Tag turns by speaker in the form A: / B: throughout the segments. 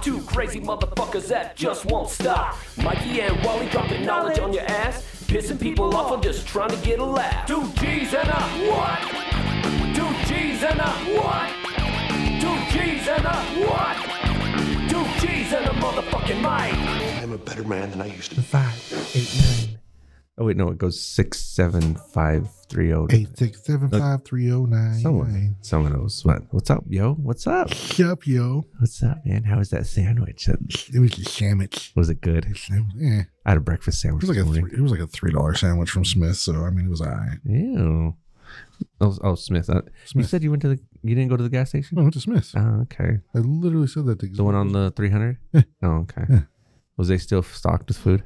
A: Two crazy motherfuckers that just won't stop. Mikey and Wally dropping knowledge on your ass. Pissing people off, I'm just trying to get a laugh. Two G's and a what? Two G's and a what? Two G's and a what? Two G's and a motherfucking mic.
B: I'm a better man than I used to be.
C: five, eight, nine,
D: Oh wait, no, it goes six seven five three zero.
C: eight, six, seven, five, three, oh, nine.
D: Someone, someone else. What? What's up, yo? What's up?
C: Yup, yo.
D: What's up, man? How was that sandwich? That-
C: It was a sandwich.
D: Was it good?
C: Eh, it
D: I had a breakfast sandwich.
C: was like a
D: this
C: three,
D: morning.
C: it was like a three dollar sandwich from Smith. So I mean, it was I.
D: Ew. Oh, oh Smith, uh, You
C: Smith.
D: said you went to the. You didn't go to the gas station.
C: I went to Smith.
D: Oh, okay.
C: I literally said that. To
D: The one on the three hundred.
C: Yeah.
D: Oh, okay.
C: Yeah.
D: Was they still stocked with food?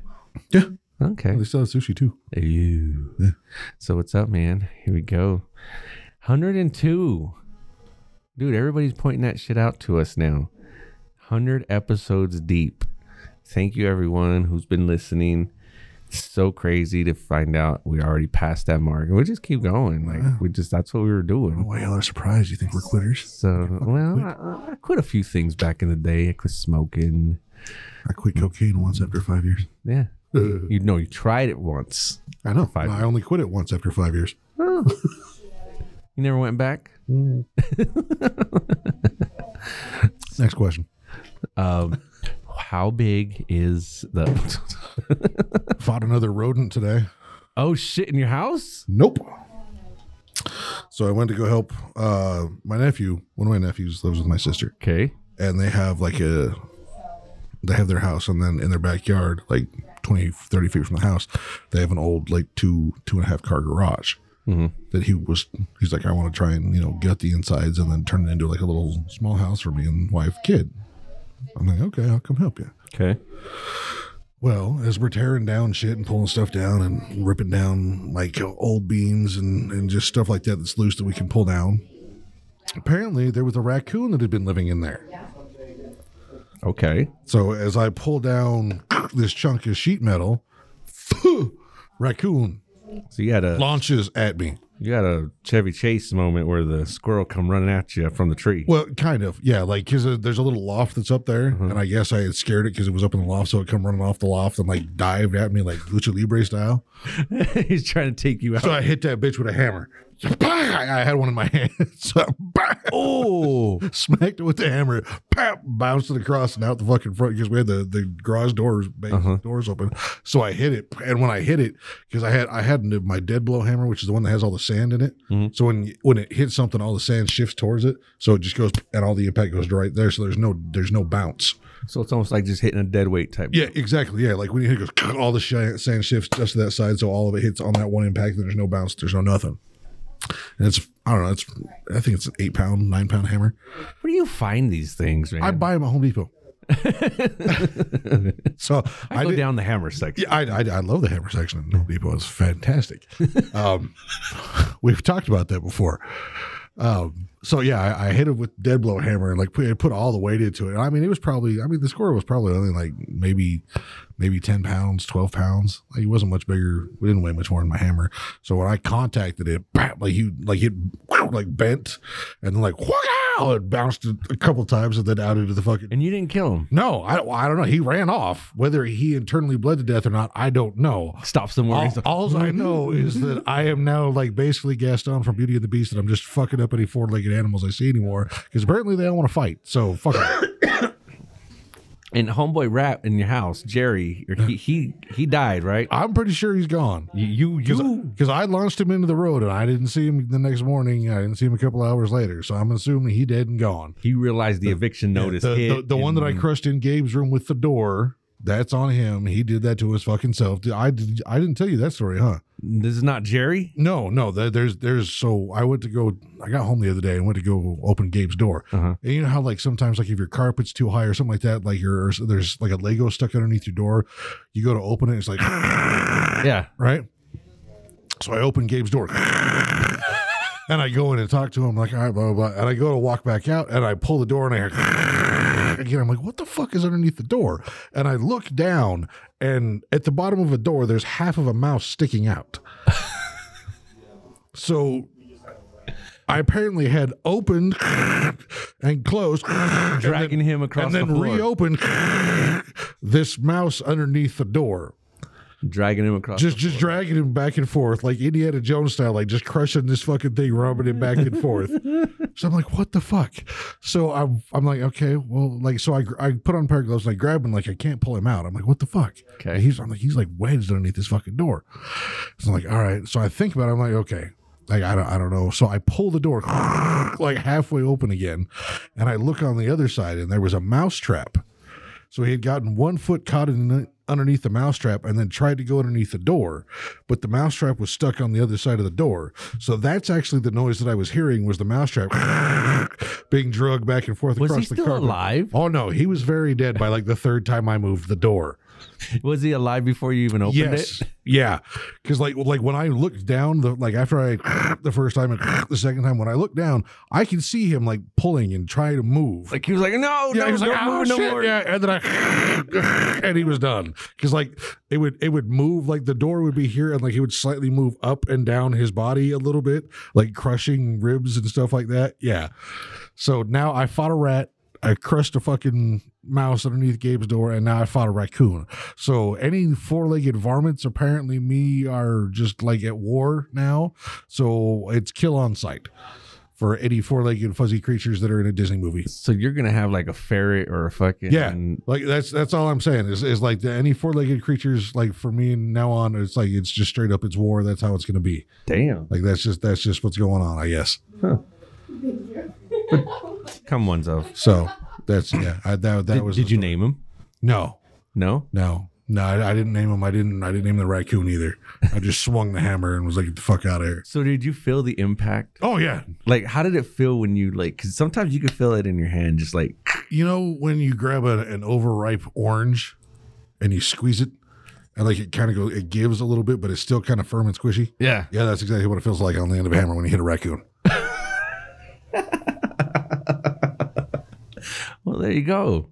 C: Yeah,
D: Okay.
C: they still have sushi too.
D: Ew.
C: Yeah.
D: So what's up, man? Here we go. 102. Dude, everybody's pointing that shit out to us now. 100 episodes deep. Thank you everyone who's been listening. It's so crazy to find out we already passed that mark. We just keep going. Like we just that's what we were doing.
C: Why y'all are surprised? You think we're quitters?
D: So, well, I, I quit a few things back in the day. I quit smoking.
C: I quit cocaine once after five years.
D: Yeah. You know, you tried it once.
C: I know.
D: Five-
C: I only quit it once after five years.
D: You never went back?
C: Next question.
D: Um, how big is the?
C: Fought another rodent today.
D: oh shit! In your house?
C: Nope. So I went to go help uh, my nephew. One of my nephews lives with my sister,
D: Okay.
C: and they have like a they have their house, and then in their backyard, like 20, 30 feet from the house, they have an old like two two and a half car garage that he was. He's like, I want to try and you know gut the insides and then turn it into like a little small house for me and wife kid. I'm like, okay, I'll come help you.
D: Okay.
C: Well, as we're tearing down shit and pulling stuff down and ripping down like old beams and, and just stuff like that that's loose that we can pull down, apparently there was a raccoon that had been living in there.
D: Okay.
C: So as I pull down this chunk of sheet metal, raccoon
D: So you had a
C: launches at me.
D: you had a Chevy Chase moment where the squirrel come running at you from the tree.
C: Well, kind of, yeah. Like, cause uh, there's a little loft that's up there, and I guess I had scared it because it was up in the loft, so it come running off the loft and like dived at me like lucha libre style.
D: He's trying to take you out.
C: So I hit that bitch with a hammer. I had one in my hand. So I
D: oh.
C: smacked it with the hammer. Pap, bounced it across and out the fucking front because we had the, the garage doors ba- doors open. So I hit it, and when I hit it, because I had I had my dead blow hammer, which is the one that has all the sand in it. So when when it hits something, all the sand shifts towards it. So it just goes, and all the impact goes right there. So there's no there's no bounce.
D: So it's almost like just hitting a dead weight type.
C: Yeah, exactly. Yeah, like when you hit it goes, all the shi- sand shifts just to that side, so all of it hits on that one impact. And there's no bounce. There's no nothing. And it's I don't know. It's I think it's an eight pound, nine pound hammer.
D: Where do you find these things, man?
C: I buy them at Home Depot. so I,
D: I go
C: did-
D: down the hammer section.
C: Yeah, I, I, I love the hammer section at Home Depot. It's fantastic. um, we've talked about that before. Um, so yeah, I, I hit it with dead blow hammer and like put, it put all the weight into it. And I mean, it was probably I mean the score was probably only like maybe maybe ten pounds, twelve pounds. Like it wasn't much bigger. We didn't weigh much more than my hammer. So when I contacted it, bam, like you like it like bent and then like wow, it bounced a couple times and then out into the fucking
D: And you didn't kill him.
C: no, I, I don't know. He ran off. Whether he internally bled to death or not, I don't know.
D: Stop somewhere.
C: All,
D: He's like, "Mm-hmm."
C: all I know is that I am now like basically Gaston from Beauty and the Beast, and I'm just fucking up any four-legged animals I see anymore because apparently they don't want to fight. So fuck it.
D: and homeboy rap in your house, Jerry. Or he he he died, right?
C: I'm pretty sure he's gone
D: You you
C: because I launched him into the road and I didn't see him the next morning. I didn't see him a couple hours later, so I'm assuming he dead and gone.
D: he realized the eviction notice
C: the,
D: hit.
C: the, the one that I
D: and-
C: crushed in Gabe's room with the door. That's on him. He did that to his fucking self. I did, I didn't tell you that story, huh?
D: This is not Jerry.
C: No, no. there- There's, there's. So I went to go. I got home the other day and went to go open Gabe's door.
D: Uh-huh.
C: And you know how like sometimes like if your carpet's too high or something like that, like your there's like a Lego stuck underneath your door. You go to open it, it's like
D: Yeah.
C: right? So I open Gabe's door. And I go in and talk to him, like, all right, blah, blah, blah. And I go to walk back out and I pull the door and I hear again. I'm like, what the fuck is underneath the door? And I look down and at the bottom of a door, there's half of a mouse sticking out. so I apparently had opened and closed, and
D: Dragging him across
C: then
D: the floor.
C: reopened this mouse underneath the door,
D: dragging him across.
C: just just dragging him back and forth like Indiana Jones style, like just crushing this fucking thing, rubbing it back and forth. So I'm like, what the fuck? So I'm I'm like, okay, well, like, so I gr- I put on a pair of gloves and I grab him, like I can't pull him out. I'm like, what the fuck?
D: Okay.
C: And he's I'm like he's like wedged underneath this fucking door. So I'm like, all right. So I think about it. I'm like, okay. Like I don't, I don't know. So I pull the door like halfway open again, and I look on the other side, and there was a mouse trap. So he had gotten one foot caught in underneath the mousetrap and then tried to go underneath the door, but the mousetrap was stuck on the other side of the door. So that's actually the noise that I was hearing was the mousetrap being dragged back and forth
D: Was he
C: across the
D: still
C: carpet.
D: alive?
C: Oh no, he was very dead by like the third time I moved the door.
D: Was he alive before you even opened
C: Yes.
D: it?
C: Yeah. Because like like when I looked down, the like after I the first time and the second time, when I looked down, I could see him like pulling and trying to move.
D: Like he was like, no,
C: yeah,
D: no,
C: he was like,
D: don't
C: "Oh,
D: move no
C: shit."
D: more.
C: Yeah, and then I and he was done because like it would it would move like the door would be here and like he would slightly move up and down his body a little bit, like crushing ribs and stuff like that. Yeah. So now I fought a rat. I crushed a fucking mouse underneath Gabe's door, and now I fought a raccoon. So any four-legged varmints, apparently me, are just like at war now. So it's kill on sight for any four-legged fuzzy creatures that are in a Disney movie.
D: So you're gonna have like a ferret or a fucking
C: Yeah, like that's that's all I'm saying is is like the, any four legged creatures like for me now on it's like it's just straight up it's war that's how it's gonna be
D: Damn,
C: like that's just that's just what's going on I guess
D: come one's off.
C: so that's yeah I, that that
D: Did,
C: was
D: did you name him?
C: no
D: No.
C: no no I, I didn't name him I didn't I didn't name the raccoon either I just swung the hammer and was like get the fuck out of here
D: So did you feel the impact?
C: oh yeah
D: Like, how did it feel when you like? Because sometimes you can feel it in your hand, just like
C: you know when you grab a, an overripe orange and you squeeze it and like it kind of goes it gives a little bit but it's still kind of firm and squishy
D: yeah.
C: yeah that's exactly what it feels like on the end of a hammer when you hit a raccoon.
D: Well, there you go.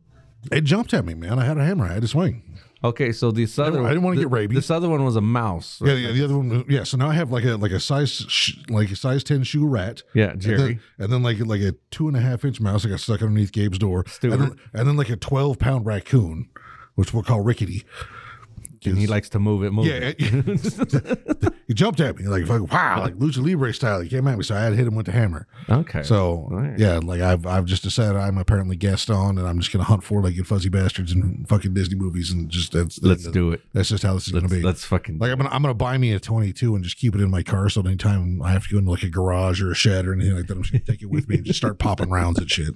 C: It jumped at me, man. I had a hammer. I had to swing.
D: Okay, so this other
C: I didn't wanna
D: the-
C: get rabies.
D: This other one was a mouse.
C: Yeah, yeah. The other one, yeah. So now I have like a like a size sh- like a size ten shoe rat.
D: Yeah,
C: And
D: Jerry.
C: then, and then like like a two and a half inch mouse I got stuck underneath Gabe's door. And then, and then like a twelve pound raccoon, which we'll call Rickety.
D: And he likes to move it, move
C: Yeah,
D: it.
C: it- he jumped at me like fucking wow, like lucha libre style. He came at me, so I had to hit him with the hammer.
D: Okay.
C: So
D: Alright.
C: yeah, like I've I've just decided I'm apparently Gaston, and I'm just gonna hunt four legged fuzzy bastards in fucking Disney movies, and just that's
D: let's do it.
C: That's just how this is
D: Let's,
C: gonna be.
D: let's fucking.
C: Like I'm gonna I'm gonna buy me a 22 and just keep it in my car. So anytime I have to go into like a garage or a shed or anything like that, I'm just gonna take it with me and just start popping rounds and shit.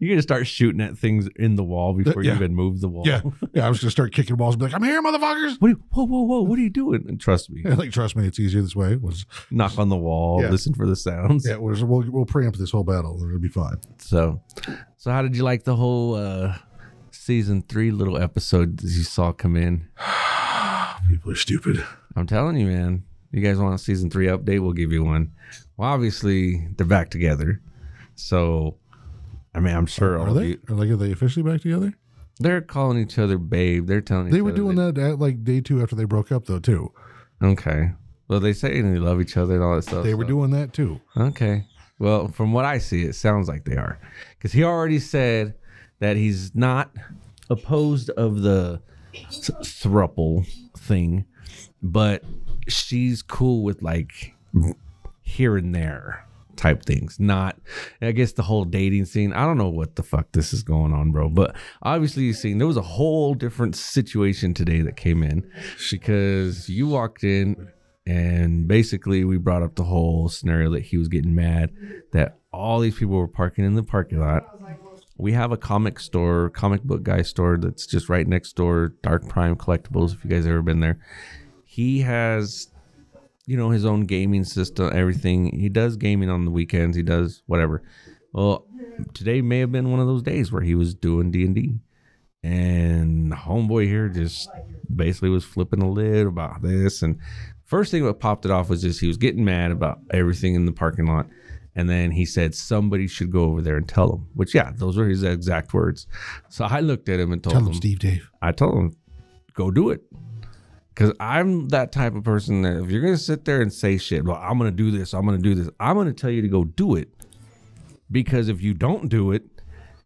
D: You're gonna start shooting at things in the wall before
C: yeah.
D: you even move the wall.
C: Yeah, yeah. I'm just gonna start kicking balls and be like, I'm here, motherfuckers.
D: What? Are you, whoa, whoa, whoa! What are you doing? And trust me,
C: Yeah, like trust me, it's easier this way. It Was
D: knock on the wall,
C: Yeah.
D: listen for the sounds.
C: yeah, it was, we'll we'll preempt this whole battle. It'll be fine.
D: So, so how did you like the whole uh season three little episode that you saw come in?
C: People are stupid.
D: I'm telling you, man. You guys want a season three update? We'll give you one. Well, obviously they're back together, so I mean, I'm sure all
C: Are
D: of
C: they?
D: you.
C: Are, like, are they officially back together?
D: They're calling each other babe. They're telling
C: They
D: each
C: were
D: other
C: doing that at like day two after they broke up, though. Too.
D: Okay. Well, they say they love each other and all that stuff.
C: They were
D: so-
C: doing that too.
D: Okay. Well, from what I see, it sounds like they are, because he already said that he's not opposed of the th- thruple thing, but she's cool with like here and there type things. Not, I guess, the whole dating scene. I don't know what the fuck this is going on, bro. But obviously, you've seen there was a whole different situation today that came in because you walked in and basically we brought up the whole scenario that he was getting mad that all these people were parking in the parking lot. We have a comic store, comic book guy store that's just right next door, Dark Prime Collectibles. If you guys ever been there, he has you know his own gaming system everything he does gaming on the weekends he does whatever well today may have been one of those days where he was doing d&d and homeboy here just basically was flipping a lid about this and first thing that popped it off was just he was getting mad about everything in the parking lot and then he said somebody should go over there and tell him which yeah those were his exact words so i looked at him and told
C: Tell them,
D: him
C: Steve, Dave.
D: I told him, go do it. Because I'm that type of person that if you're gonna sit there and say shit, well, I'm gonna do this, I'm gonna do this, I'm gonna tell you to go do it. Because if you don't do it,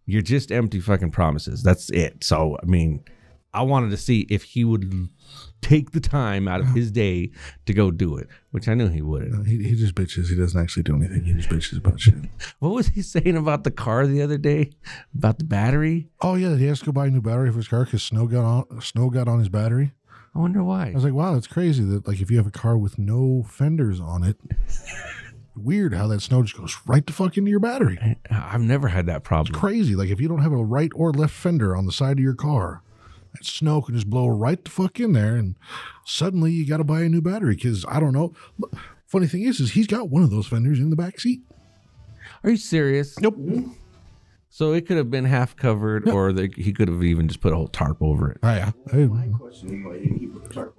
D: you're just empty fucking promises. That's it. So I mean, I wanted to see if he would take the time out of his day to go do it, which I knew he wouldn't.
C: He, he just bitches. He doesn't actually do anything. He just bitches about shit.
D: What was he saying about the car the other day? About the battery?
C: Oh yeah, he has to go buy a new battery for his car because snow got on snow got on his battery.
D: I wonder why.
C: I was like, wow, that's crazy that like if you have a car with no fenders on it, weird how that snow just goes right the fuck into your battery.
D: I've never had that problem.
C: Crazy. Like if you don't have a right or left fender on the side of your car, that snow can just blow right the fuck in there, and suddenly you got to buy a new battery because I don't know. Funny thing is, is he's got one of those fenders in the back seat. Oh,
D: Are you serious?
C: Nope.
D: So it could have been half covered, or the, he could have even just put a whole tarp over it.
C: Oh, yeah. Hey, yeah,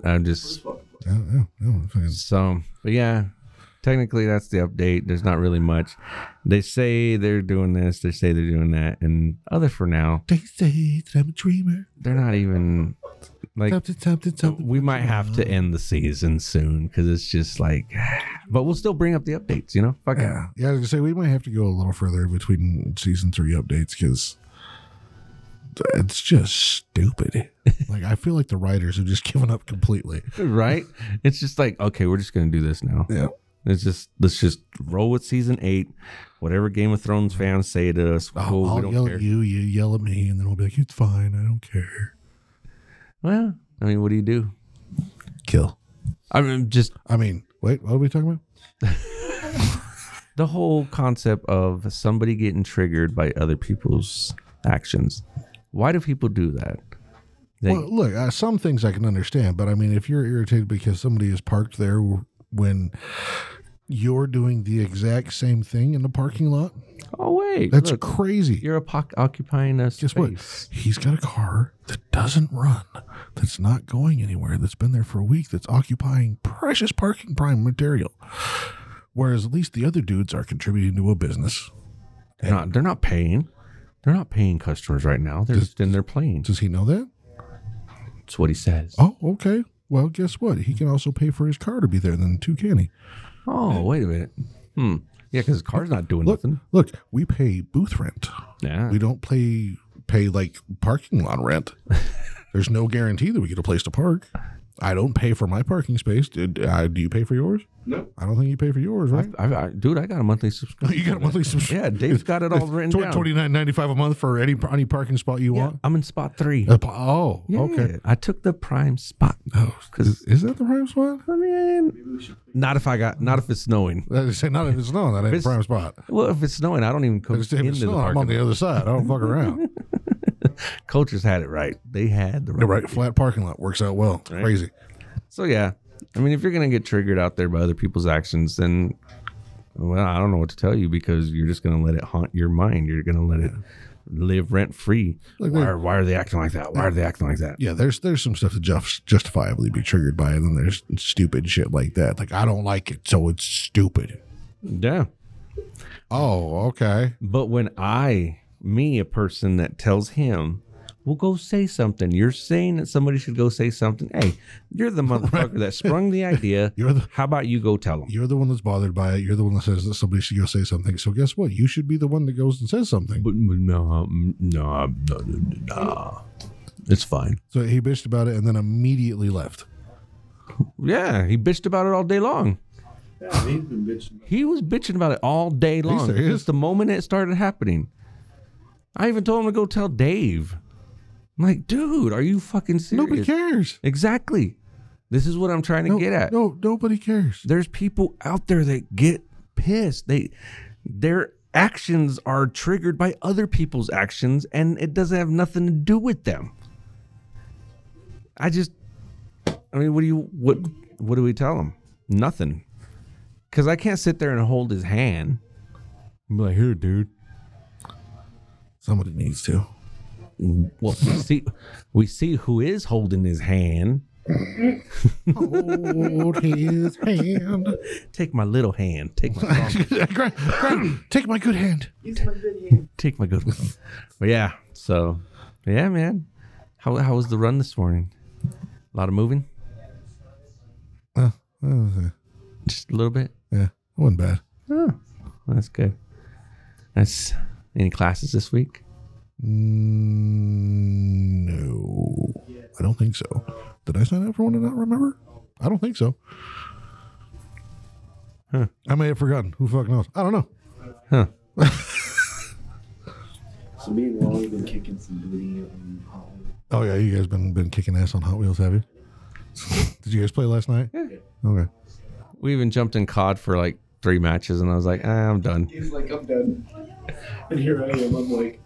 D: I'm just
C: yeah, yeah, fucking-
D: so, but yeah. Technically, that's the update. There's not really much. They say they're doing this. They say they're doing that, and other for now,
C: They say that I'm a dreamer.
D: they're not even like
C: Something, something, something.
D: we might have to end the season soon because it's just like, but we'll still bring up the updates, you know? Fuck it.
C: Yeah, yeah. I was gonna say we might have to go a little further between season three updates because it's just stupid. like I feel like the writers have just given up completely.
D: right? It's just like, okay, we're just gonna do this now.
C: Yeah.
D: It's just let's just roll with season eight. Whatever Game of Thrones fans say to us,
C: I'll,
D: cool, Oh, we
C: I'll
D: don't
C: yell
D: care.
C: at you, you yell at me, and then we'll be like, "It's fine, I don't care."
D: Well, I mean, what do you do?
C: Kill.
D: I mean, just
C: I mean, wait, what are we talking about?
D: the whole concept of somebody getting triggered by other people's actions. Why do people do that? They-
C: Well, look, uh, some things I can understand, but I mean, if you're irritated because somebody is parked there w- when you're doing the exact same thing in the parking lot,
D: oh wait,
C: that's
D: look,
C: crazy.
D: you're po- occupying a
C: Guess what?
D: space.
C: He's got a car that doesn't run, that's not going anywhere, that's been there for a week, that's occupying precious parking prime material. Whereas at least the other dudes are contributing to a business.
D: They're not, they're not paying. They're not paying customers right now. They're just in their planes.
C: Does he know that?
D: That's what he says.
C: Oh, okay. Well, guess what? He can also pay for his car to be there then too, can he?
D: Oh, wait a minute. Hmm. Yeah, because the car's not doing
C: Look,
D: nothing.
C: look, we pay booth rent.
D: Yeah.
C: We don't pay pay like parking lot rent. There's no guarantee that we get a place to park. I don't pay for my parking space. Did, uh, do you pay for yours? No. I don't think you pay for yours, right?
D: I, I, dude, I got a monthly subscription.
C: You got a monthly
D: Yeah,
C: subscription.
D: Dave's got it all written down.
C: Twenty nine ninety five a month for any any parking spot you
D: yeah,
C: want.
D: I'm in spot three.
C: Uh, Oh,
D: Yeah,
C: okay.
D: I took the prime spot.
C: Oh, is,
D: Because
C: is that the prime spot?
D: I mean, not if I got, not if it's snowing.
C: I say not if it's no, that ain't the
D: It's-
C: prime spot.
D: Well, if it's snowing, I don't even come
C: If it's, if
D: into
C: it's
D: the
C: no, I'm on
D: park.
C: the other side. I don't fuck around.
D: Cultures had it right. They had the right.
C: the right flat parking lot works out well. Crazy.
D: So yeah, I mean, if you're gonna get triggered out there by other people's actions, then well, I don't know what to tell you because you're just gonna let it haunt your mind. You're gonna let it live rent free.
C: Like
D: why,
C: they-
D: are, why are they acting like that? Why are they acting like that?
C: Yeah, there's there's some stuff to just, justifiably be triggered by, and then there's stupid shit like that. Like I don't like it, so it's stupid.
D: Yeah.
C: Oh, okay.
D: But when I, me, a person that tells him, well, go say something. You're saying that somebody should go say something. Hey, you're the motherfucker that sprung the idea.
C: You're the-
D: How about you go tell them?
C: You're the one that's bothered by it. You're the one that says that somebody should go say something. So guess what? You should be the one that goes and says something.
D: But no, no, no, It's fine.
C: So he bitched about it and then immediately left.
D: Yeah, he bitched about it all day long.
E: Yeah, he's been bitching.
D: He was bitching about it all day long.
C: serious?
D: Since the moment it started happening. I even told him to go tell Dave. I'm like, dude, are you fucking serious?
C: Nobody cares.
D: Exactly. This is what I'm trying to
C: No,
D: get at.
C: no, nobody cares.
D: there's people out there that get pissed. They their actions are triggered by other people's actions and it doesn't have nothing to do with them. I just I mean, what do you what what do we tell them? Nothing. Cuz I can't sit there and hold his hand. I'm like, "Here, dude."
C: Somebody needs to.
D: Well, we see we see who is holding his hand.
C: Hold his hand.
D: Take my little hand. Take my
C: Grab- grab- take my good hand.
D: take my good one. but yeah, so yeah, man. How how was the run this morning? A lot of moving.
C: Uh,
D: Just a little bit.
C: yeah, wasn't bad.
D: Oh, well, that's good. That's any classes this week?
C: Mm, no, I don't think so. Did I sign up for one and not remember? I don't think so. I may have forgotten. Who fucking knows? I don't know.
D: Huh.
E: So me and Wally been kicking some booty on Hot Wheels.
C: Oh yeah, you guys been been kicking ass on Hot Wheels, have you? Did you guys play last night? Yeah. Okay.
D: We even jumped in COD for like three matches, and I was like, ah, I'm done.
E: He's like, I'm done. And here I am. I'm like,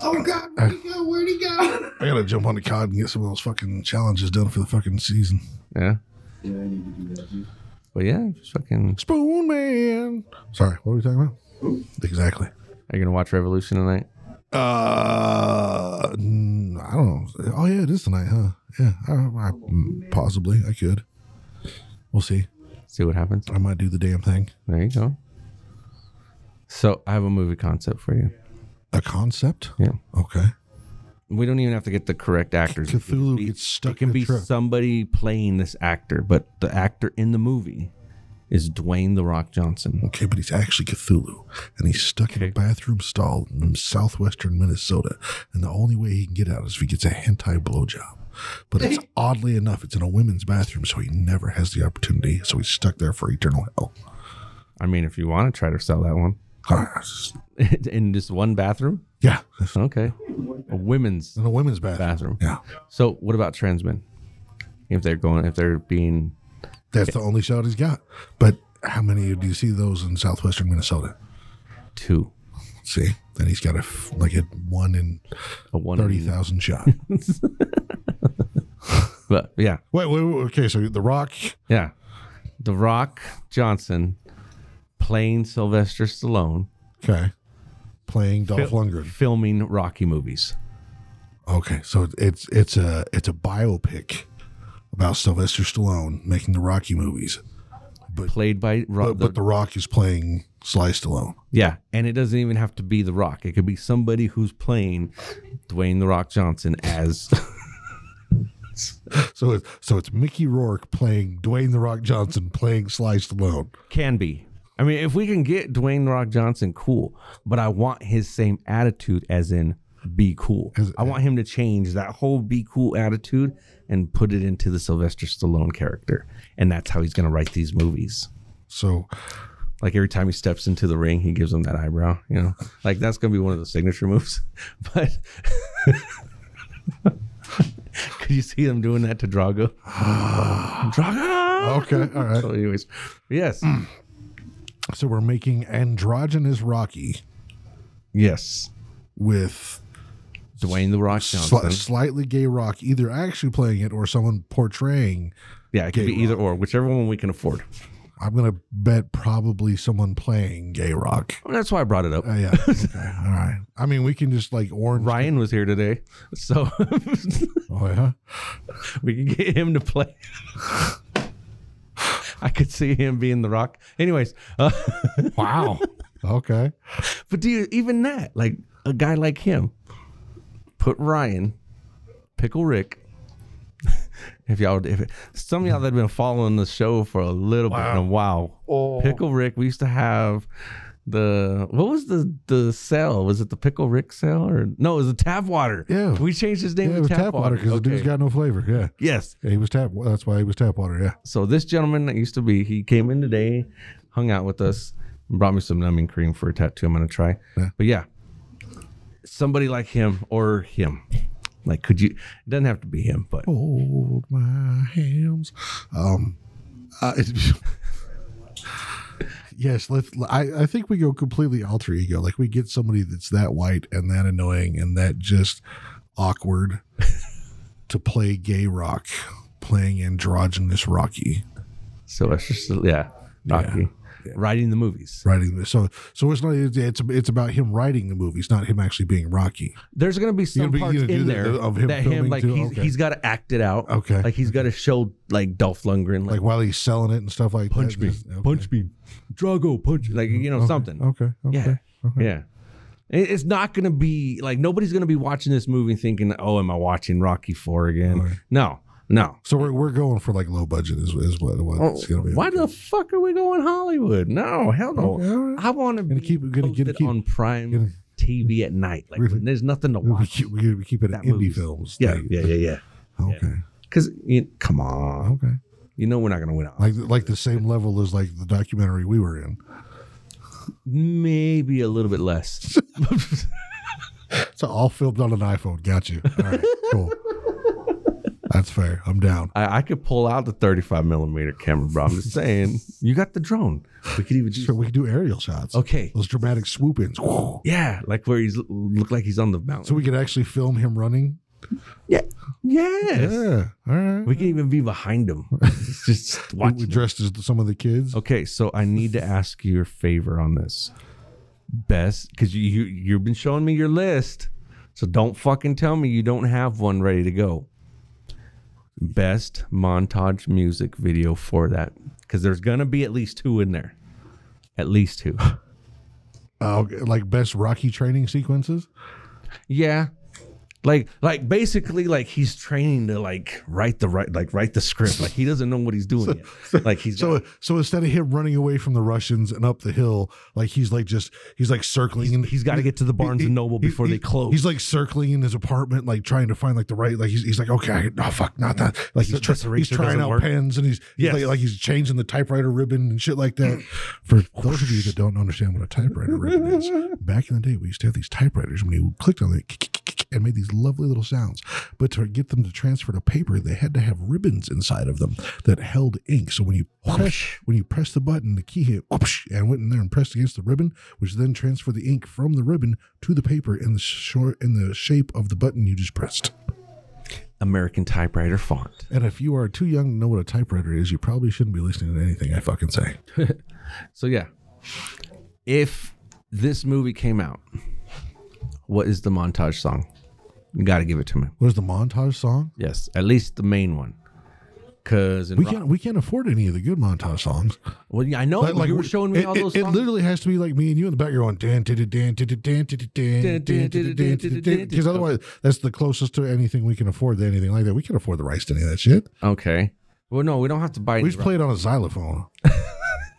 E: oh God, where'd he go? Where'd he go?
C: I gotta jump on the COD and get some of those fucking challenges done for the fucking season.
D: Yeah.
E: Yeah, I need to do that. Dude.
D: But yeah, just fucking.
C: Spoon Man. Sorry, what are we talking about? Exactly.
D: Are you gonna watch Revolution tonight?
C: Uh, mm, I don't know. Oh yeah, it is tonight, huh? Yeah, I, I, mm, possibly I could. We'll see.
D: See what happens.
C: I might do the damn thing.
D: There you go. So I have a movie concept for you.
C: A concept.
D: Yeah.
C: Okay.
D: We don't even have to get the correct actors. It can
C: Cthulhu
D: be-
C: gets stuck
D: It can
C: in a
D: be
C: trap.
D: somebody playing this actor, but the actor in the movie is Dwayne the Rock Johnson.
C: Okay, but he's actually Cthulhu, and he's stuck in a
D: Okay.
C: bathroom stall in southwestern Minnesota, and the only way he can get out is if he gets a hentai blowjob. But it's oddly enough, it's in a women's bathroom, so he never has the opportunity. So he's stuck there for eternal hell.
D: I mean, if you want to try to sell that one in just one bathroom,
C: Yeah,
D: okay, a women's
C: in a women's bathroom.
D: bathroom.
C: Yeah,
D: So what about trans men? If they're going, if they're being,
C: that's the only shot he's got. But how many do you see those in southwestern Minnesota?
D: two,
C: See, then he's got a f- like a one in
D: a one, in-
C: thirty thousand shot.
D: but yeah,
C: wait, wait, wait, okay. So the Rock,
D: yeah, The Rock Johnson playing Sylvester Stallone,
C: okay, playing Dolph
D: Fil-
C: Lundgren.
D: filming Rocky movies.
C: Okay, so it's it's a it's a biopic about Sylvester Stallone making the Rocky movies,
D: Played by Rock,
C: but, but the Rock is playing Sly Stallone.
D: Yeah, and it doesn't even have to be The Rock. It could be somebody who's playing Dwayne The Rock Johnson as
C: So it's so it's Mickey Rourke playing Dwayne the Rock Johnson playing Sly Stallone.
D: can be. I mean, if we can get Dwayne The Rock Johnson, cool. But I want his same attitude, as in be cool.
C: As-
D: I want him to change that whole be cool attitude and put it into the Sylvester Stallone character, and that's how he's gonna write these movies.
C: So
D: Like every time he steps into the ring, he gives him that eyebrow. You know, like that's gonna be one of the signature moves. But could you see them doing that to Drago? Drago.
C: okay, all right.
D: So, anyways, yes,
C: So we're making androgynous Rocky
D: yes.
C: with
D: Dwayne the Rock
C: sli-
D: Johnson.
C: slightly gay Rock, either actually playing it or someone portraying.
D: yeah, it could
C: gay
D: be either or, whichever one we can afford.
C: I'm gonna bet probably someone playing gay Rock.
D: I mean, that's why I brought it up.
C: Uh, yeah. Okay. All right. I mean, we can just like orange.
D: Ryan was here today, so
C: Oh yeah.
D: we can get him to play. I could see him being the Rock. Anyways, uh,
C: Wow. okay.
D: But do you even that? Like a guy like him, put Ryan, pickle Rick. If y'all, if some of y'all that have been following the show for a little bit and wow,
C: Oh.
D: pickle Rick, we used to have the what was the the cell? Was it the pickle Rick cell or no? It was the tap water.
C: Yeah.
D: we changed his name
C: Yeah,
D: to
C: it was
D: tap, water
C: because the dude's
D: Okay.
C: got no flavor. Yeah.
D: yes.
C: Yeah, he was tap. That's why he was tap water. Yeah.
D: So this gentleman that used to be, he came in today, hung out with us, and brought me some numbing cream for a tattoo I'm gonna try.
C: Yeah.
D: But yeah, somebody like him or him, like could you? It doesn't have to be him, but
C: Oh. Hold my hams. Um. I, yes. Let's. I. I think we go completely alter ego. Like we get somebody that's that white and that annoying and that just awkward to play gay rock, playing androgynous Rocky.
D: Sylvester, Stall- yeah, Rocky, writing the movies.
C: writing this. So so it's not it's it's about him writing the movies, not him actually being Rocky.
D: There's gonna be some
C: gonna be-
D: parts
C: you're gonna
D: in
C: do
D: there
C: the- of him
D: that
C: filming
D: him like
C: too?
D: he's,
C: Okay.
D: he's got to act it out.
C: Okay.
D: like he's got to show like Dolph Lundgren, like,
C: Like while he's selling it and stuff like
D: punch
C: that.
D: me,
C: Just- okay.
D: punch me, Drago, punch, like you know something.
C: Okay. okay.
D: Yeah. Yeah. It- It's not going to be like nobody's going to be watching this movie thinking, "Oh, am I watching Rocky 4 again?" No. No.
C: So we're, we're going for like low budget is, is what, what it's gonna be.
D: Why the fuck are we going Hollywood? No, hell no.
C: Okay, all right.
D: I want to
C: Gonna
D: be
C: keep- gonna- gonna
D: posted
C: keep-
D: on Prime
C: gonna-
D: TV at night. Like
C: Really?
D: when there's nothing to
C: we
D: watch.
C: keep, we we keep it
D: That
C: at indie
D: movie's-
C: films.
D: Yeah,
C: thing.
D: yeah, yeah, yeah.
C: Okay.
D: Because come on,
C: Okay.
D: you know we're not gonna win out.
C: Like like the same level as like the documentary we were in.
D: Maybe a little bit less.
C: It's all filmed on an iPhone. Got you. All right. Cool. That's fair. I'm down.
D: I, I could pull out the 35 millimeter camera, bro. I'm just saying. You got the drone. We could even just
C: So we can do aerial shots.
D: okay.
C: Those dramatic swoop ins. Whoa.
D: Yeah, like where he's look like he's on the mountain.
C: So we could actually film him running.
D: yeah, yes.
C: Yeah. All right.
D: We can even be behind him. just
C: We,
D: watch.
C: we dressed as some of the kids.
D: Okay, so I need to ask you your favor on this. Best, because you, you you've been showing me your list, so don't fucking tell me you don't have one ready to go. Best montage music video for that, because there's gonna be at least two in there, at least two.
C: Uh, like best Rocky training sequences.
D: yeah, like like basically like he's training to like write the right like write the script. Like he doesn't know what he's doing yet. like he's
C: So so instead of him running away from the Russians and up the hill, like he's like just he's like circling. and
D: he's gotta get to the Barnes and Noble before they close.
C: He's like circling in his apartment, like trying to find like the right. Like he's, he's like okay, no fuck, not that. Like he's,
D: This
C: try- he's
D: eraser
C: trying
D: doesn't
C: out
D: work.
C: pens and he's, he's
D: Yes.
C: like, like he's changing the typewriter ribbon and shit like that. For those of you that don't understand what a typewriter ribbon is, back in the day we used to have these typewriters when you clicked on it and made these lovely little sounds. But to get them to transfer to paper, they had to have ribbons inside of them that held ink. So when you press, when you press the button, the key hit whoosh, and went in there and pressed against the ribbon, which then transferred the ink from the ribbon to the paper in the short in the shape of the button you just pressed.
D: American typewriter font.
C: And if you are too young to know what a typewriter is, you probably shouldn't be listening to anything I fucking say.
D: So yeah, if this movie came out, what is the montage song? You got to give it to me.
C: What is the montage song?
D: Yes, at least the main one. Cause in
C: We
D: rock-
C: can't we can't afford any of the good montage songs.
D: Oh, well, yeah, I know you were showing me
C: it,
D: all
C: it-
D: those
C: It,
D: songs.
C: literally has to be like me and you in the back. You're going dan dan dan dan dan dan dan dan dan dan because otherwise that's the closest to anything we can afford to anything like that. We can afford the rights to any of that shit.
D: okay. Well, no, we don't have to buy.
C: We
D: any
C: just
D: rock-
C: play it on a xylophone.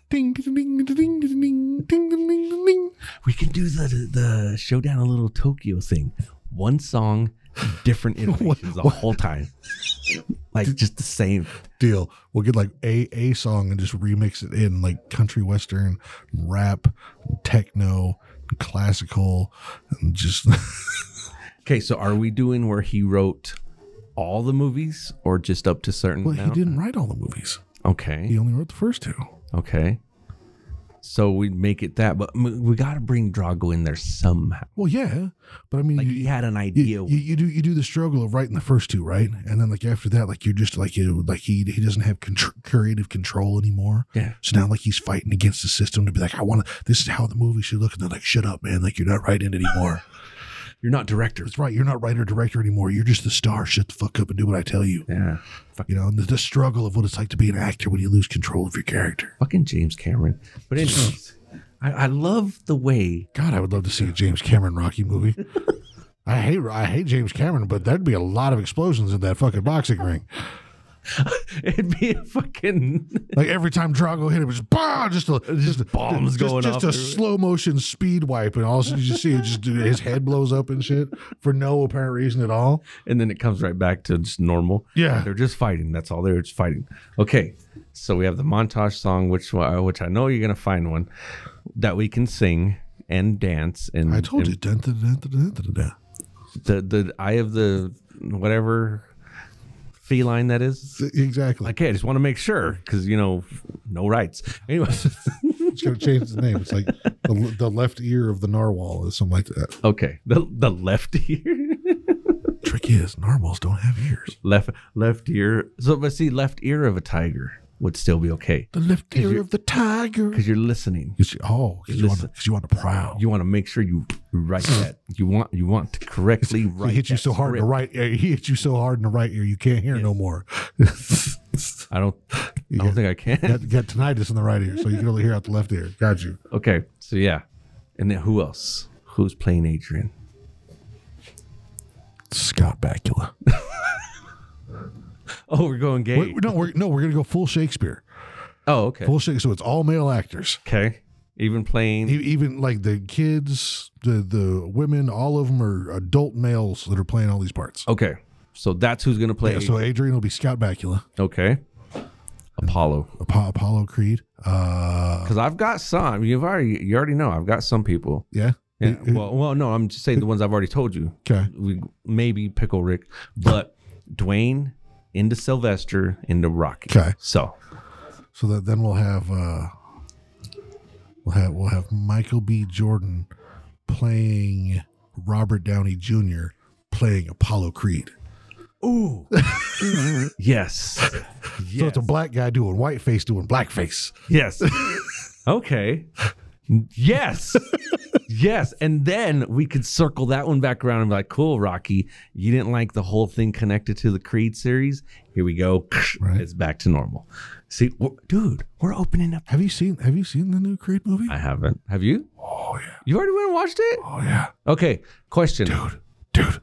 C: Ding ding ding ding ding ding ding ding ding ding.
D: We can do the the showdown a little Tokyo thing. One song, different iterations the whole time. like just the same.
C: Deal. We'll get like a a song and just remix it in like country western, rap, techno, classical, and just
D: Okay, so are we doing where he wrote all the movies or just up to certain?
C: well, he
D: amount?
C: didn't write all the movies.
D: Okay.
C: He only wrote the first two.
D: Okay. So we make it that, but m- we got to bring Drago in there somehow.
C: Well, yeah, but I mean,
D: Like
C: you-
D: he had an idea.
C: you, you, you do you do the struggle of writing the first two right and then like after that like you're just like you like he he doesn't have contr creative control anymore
D: Yeah.
C: so now like he's fighting against the system to be like i want to this is how the movie should look and they're like shut up man like you're not writing anymore
D: You're not director.
C: that's right you're not writer director anymore you're just the star shut the fuck up and do what i tell you
D: Yeah.
C: you know and the, the struggle of what it's like to be an actor when you lose control of your character
D: Fucking James Cameron. But anyways, I, I love the way.
C: god i would love to see a james cameron rocky movie I hate I hate James Cameron, but there'd be a lot of explosions in that fucking boxing ring.
D: It'd be a fucking.
C: Like every time Drago hit it, it was just, bah, just a just, a-
D: bombs
C: just,
D: going
C: just
D: off
C: a
D: everywhere.
C: slow motion speed wipe, and all of a sudden you just see it, just his head blows up and shit for no apparent reason at all.
D: And then it comes right back to just normal.
C: Yeah.
D: They're just fighting. That's all. They're just fighting. Okay. So we have the montage song, which uh, which I know you're gonna find one that we can sing and dance and
C: I told
D: and
C: you, dun, dun, dun, dun, dun, dun, dun.
D: the the eye of the whatever feline that is.
C: exactly.
D: Okay, I just want to make sure because you know, no rights. Anyways,
C: It's gonna change his name. It's like the, the left ear of the narwhal or something like that.
D: okay, the the left ear,
C: Trick is narwhals don't have ears.
D: left left ear. So, but see, left ear of a tiger would still be okay
C: The left ear of the tiger.
D: because you're listening.
C: You see, oh, because you want
D: Listen.
C: because you want to prowl.
D: You want to make sure you write
C: Hmm.
D: that. You want you want to correctly write.
C: he hit you
D: that
C: so hard in the
D: script.
C: right ear. He hit you so hard in the right ear, you can't hear no more.
D: I don't. I don't think I can.
C: got, got tinnitus in the right ear, so you can only hear out the left ear. Got you.
D: okay, so yeah, and then who else? Who's playing Adrian?
C: Scott Bakula.
D: Oh, we're going gay.
C: Wait, no, we're no, we're gonna go full Shakespeare,
D: oh, okay.
C: full Shakespeare. So it's all male actors,
D: Okay. Even playing.
C: E- even like the kids, the the women, all of them are adult males that are playing all these parts.
D: okay. So that's who's going to play.
C: Yeah, so Adrian will be Scott Bakula,
D: okay. Apollo.
C: Apo- Apollo Creed. Uh,
D: Because I've got some. You've already, you already know. I've got some people.
C: yeah,
D: Yeah.
C: Who- who-
D: Well, well, no, I'm just saying the ones I've already told you.
C: okay.
D: We maybe Pickle Rick, but Dwayne into Sylvester into Rocky.
C: 'Kay.
D: So
C: So that then we'll have uh, we'll have we'll have Michael B. Jordan playing Robert Downey Jr. playing Apollo Creed.
D: yes,
C: So it's a black guy doing white face doing blackface.
D: yes, okay, yes, yes, and then we could circle that one back around and be like, "Cool, Rocky, you didn't like the whole thing connected to the Creed series. Here we go.
C: Right.
D: It's back to normal. See, we dude, we're opening up.
C: Have you seen Have you seen the new Creed movie?
D: I haven't. Have you? Oh yeah. You already went and watched it.
C: oh yeah,
D: Okay. Question.
C: dude, dude.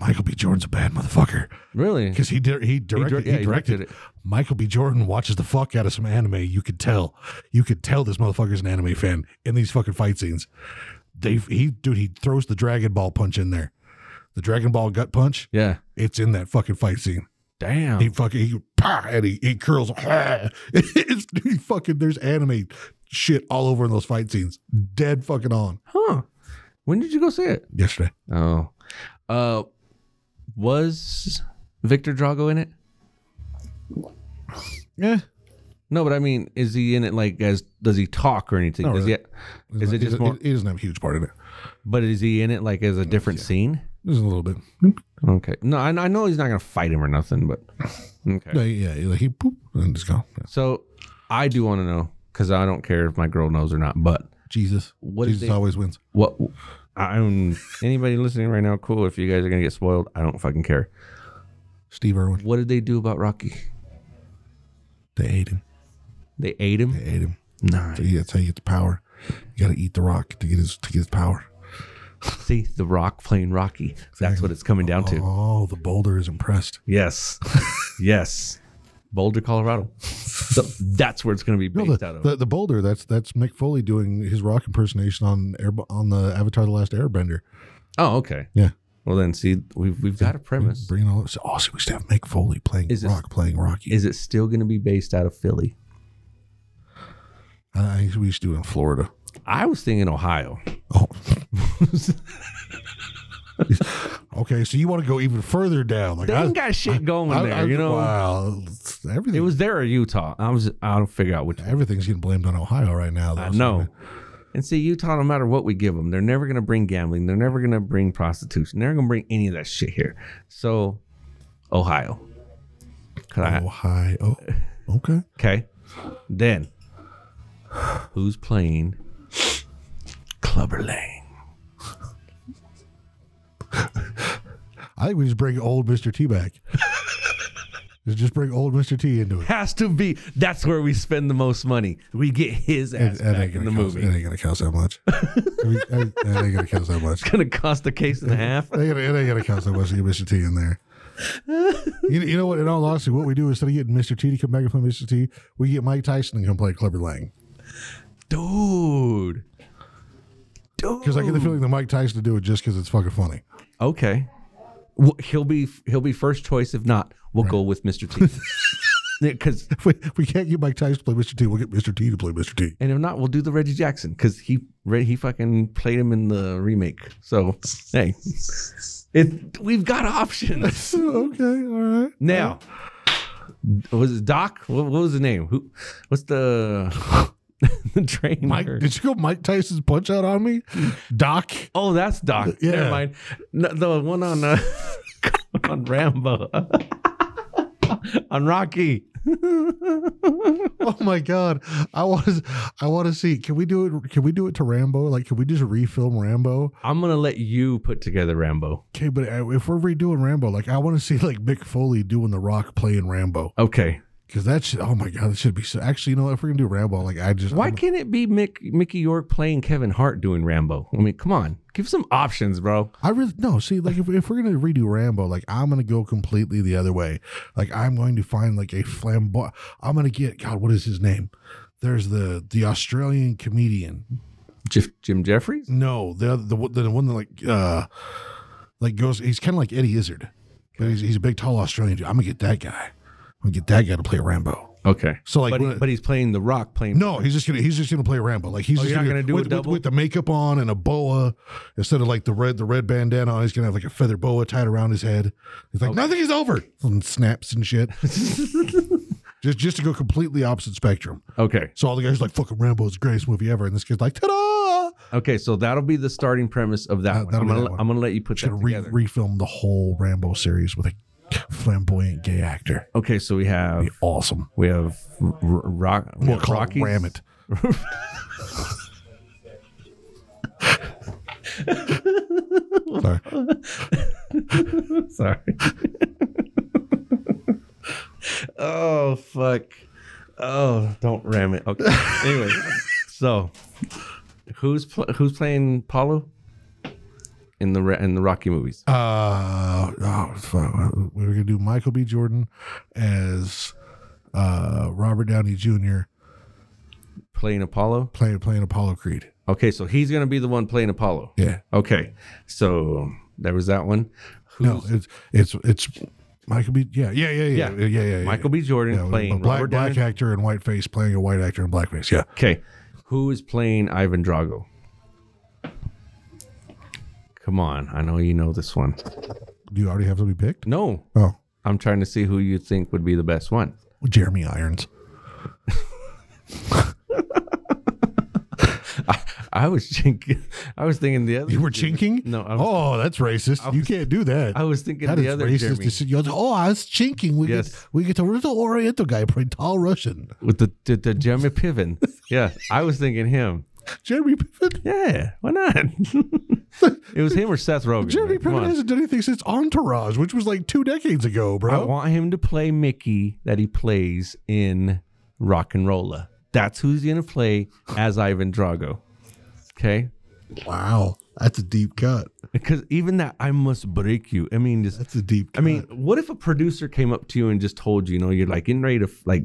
C: Michael B. Jordan's a bad motherfucker
D: Really?
C: because he di- he
D: dir-
C: directed
D: yeah,
C: he directed
D: it.
C: it. Michael B. Jordan watches the fuck out of some anime. You could tell. You could tell this motherfucker's an anime fan in these fucking fight scenes. They he dude he throws the Dragon Ball punch in there. The Dragon Ball gut punch.
D: Yeah.
C: It's in that fucking fight scene.
D: Damn.
C: He fucking he, pow, and he, he curls. It's, he fucking there's anime shit all over in those fight scenes. Dead fucking on.
D: huh. When did you go see it?
C: Yesterday.
D: Oh. Uh was Victor Drago in it?
C: Yeah.
D: No, but I mean, is he in it like as does he talk or anything?
C: Not
D: Does
C: really.
D: he, is it just more
C: He doesn't have a huge part in it.
D: but is he in it like as a different scene?
C: There's a little bit.
D: Okay. No, I, I know he's not gonna fight him or nothing, but okay.
C: No, yeah, like he poop and just go. Yeah.
D: So I do want to know because I don't care if my girl knows or not, but
C: Jesus.
D: What if
C: Jesus
D: they-
C: always wins.
D: What I'm anybody listening right now, cool. If you guys are gonna get spoiled, I don't fucking care.
C: Steve Irwin.
D: What did they do about Rocky?
C: They ate him.
D: They ate him.
C: They ate him.
D: Nah.
C: So yeah, that's how you get the power. You got to eat the rock to get his to get his power.
D: See the Rock playing Rocky. That's what it's coming down to.
C: Oh, the boulder is impressed.
D: Yes, yes. Boulder, Colorado. So that's where it's gonna be
C: No,
D: based
C: the,
D: out of.
C: the, the boulder. That's that's Mick Foley doing his rock impersonation on Air, on the Avatar: The Last Airbender.
D: oh, okay.
C: Yeah,
D: Well then, see, we've we've got a premise.
C: bringing all. So, oh, so we should have Mick Foley playing
D: Is this-
C: rock, playing Rocky.
D: Is it still gonna be based out of Philly?
C: I think we should do it in Florida.
D: I was thinking Ohio.
C: Oh. okay, so you want to go even further down? Like
D: They ain't got shit going
C: I-
D: there,
C: I-
D: you know.
C: Wow, everything.
D: It was there or Utah. I was. I don't figure out which.
C: Everything's getting blamed on Ohio right now. Though,
D: I
C: so,
D: know. And see, Utah, no matter what we give them, they're never going to bring gambling. They're never going to bring prostitution. They're going to bring any of that shit here. So, Ohio. Could I-
C: Ohio. Okay.
D: okay. Then, who's playing Clubber Lang?
C: I think we just bring old Mr. T back. Just- just bring old Mr. T into it.
D: Has to be. That's where we spend the most money. We get his ass
C: That
D: back in the
C: cost,
D: movie.
C: It ain't gonna cost that much. I mean, that ain't gonna cost that much.
D: It's going to cost a case and a half.
C: It ain't, it ain't gonna cost that much to get Mr. T in there. You, you know what? In all honesty, what we do instead of getting Mr. T to come back and play Mr. T, we get Mike Tyson to come play Clever Lang.
D: Dude. Dude.
C: Because I get the feeling that Mike Tyson to do it just because it's fucking funny.
D: Okay. Well, he'll be he'll be first choice. If not, we'll go with Mr. T. Because
C: If we, if we can't get Mike Tyson to play Mr. T, we'll get Mr. T to play Mr. T.
D: and if not, we'll do the Reggie Jackson because he re- he fucking played him in the remake. So hey, it we've got options
C: okay, all right.
D: now. Was it Doc? What, what was the name? Who? What's the the train?
C: Mike,
D: or-
C: did you go Mike Tyson's punch out on me, Doc?
D: Oh, that's Doc.
C: Yeah.
D: Never mind. No, the one on uh, on Rambo. on Rocky.
C: Oh my God, I want to, I want to see. Can we do it? Can we do it to Rambo? Like, can we just refilm Rambo?
D: I'm gonna let you put together Rambo.
C: Okay, but uh, if we're redoing Rambo, like, I want to see like Mick Foley doing the Rock playing Rambo.
D: Okay.
C: Because that should, oh my God, that should be so. Actually, you know, if we're going to do Rambo, like, I just.
D: Why
C: I'm-
D: can't it be Mick, Mickey York playing Kevin Hart doing Rambo? I mean, come on, give some options, bro.
C: I really no. See, like if, if we're gonna redo Rambo, like I'm gonna go completely the other way. Like I'm going to find like a flamboyant. I'm gonna get God. What is his name? There's the the Australian comedian.
D: Jif- Jim Jeffries.
C: No, the other- the one- the one that like uh like goes. He's kind of like Eddie Izzard, but he's he's a big tall Australian dude. I'm gonna get that guy. I'm gonna get that guy to play Rambo.
D: Okay,
C: So like
D: but,
C: when-
D: but he's playing The Rock playing.
C: no, he's just gonna he's just gonna play Rambo. Like he's
D: Oh,
C: just
D: you're not gonna do a
C: with, with-
D: double?
C: with the makeup on and a boa instead of like the red the red bandana on. He's gonna have like a feather boa tied around his head. He's like nothing is over and snaps and shit. just just to go completely opposite spectrum.
D: Okay,
C: So all the guys are like fucking Rambo's the greatest movie ever, and this kid's like ta da.
D: okay, so that'll be the starting premise of that.
C: That-
D: one.
C: that'll
D: I'm
C: be
D: gonna
C: that
D: let-
C: one.
D: I'm gonna let you put
C: Should
D: that
C: re-
D: together.
C: refilm the whole Rambo series with a flamboyant gay actor.
D: okay, so we have
C: Be awesome.
D: we have R- R- Rock. we
C: We'll
D: have
C: call
D: Rockies.
C: it Ram It. Sorry.
D: Sorry. oh fuck. Oh, don't ram it. Okay. anyway, so who's pl- who's playing Paulo in the Ra- in the Rocky movies?
C: Uh, oh, fuck. we were gonna do Michael B. Jordan as uh, Robert Downey Jr.
D: playing Apollo.
C: playing playing Apollo Creed.
D: Okay, so he's gonna be the one playing Apollo.
C: Yeah,
D: Okay, so there was that one. Who's
C: no, it's it's it's Michael B. Yeah, yeah, yeah, yeah,
D: Yeah.
C: yeah, yeah. yeah
D: Michael B. Jordan
C: Yeah,
D: playing
C: a black,
D: Robert
C: black
D: Downey.
C: actor and white face playing a white actor in blackface. Yeah,
D: Okay, who is playing Ivan Drago? Come on, I know you know this one.
C: do you already have somebody picked?
D: No,
C: Oh,
D: I'm trying to see who you think would be the best one.
C: Jeremy Irons.
D: I was thinking, I was thinking the other.
C: You were chinking?
D: No, I was-
C: oh, that's racist. you can't do that.
D: I was thinking
C: That
D: the
C: is
D: other
C: racist.
D: Jeremy.
C: to say- you're- oh, I was chinking. We
D: Yes.
C: get we get a little Oriental guy playing tall Russian.
D: with the, the the Jeremy Piven. Yeah, I was thinking him.
C: Jeremy Piven.
D: Yeah, why not? it was him or Seth Rogen.
C: Jeremy
D: man, come
C: Piven
D: on.
C: hasn't done anything since Entourage, which was like two decades ago,
D: I
C: bro.
D: want him to play Mickey that he plays in Rock and Rolla. That's who's gonna play as Ivan Drago. Okay,
C: wow, that's a deep cut.
D: because even that, I must break you. I mean, just
C: That's a deep.
D: I
C: Cut.
D: mean, what if a producer came up to you and just told you, you know, you're like getting ready to like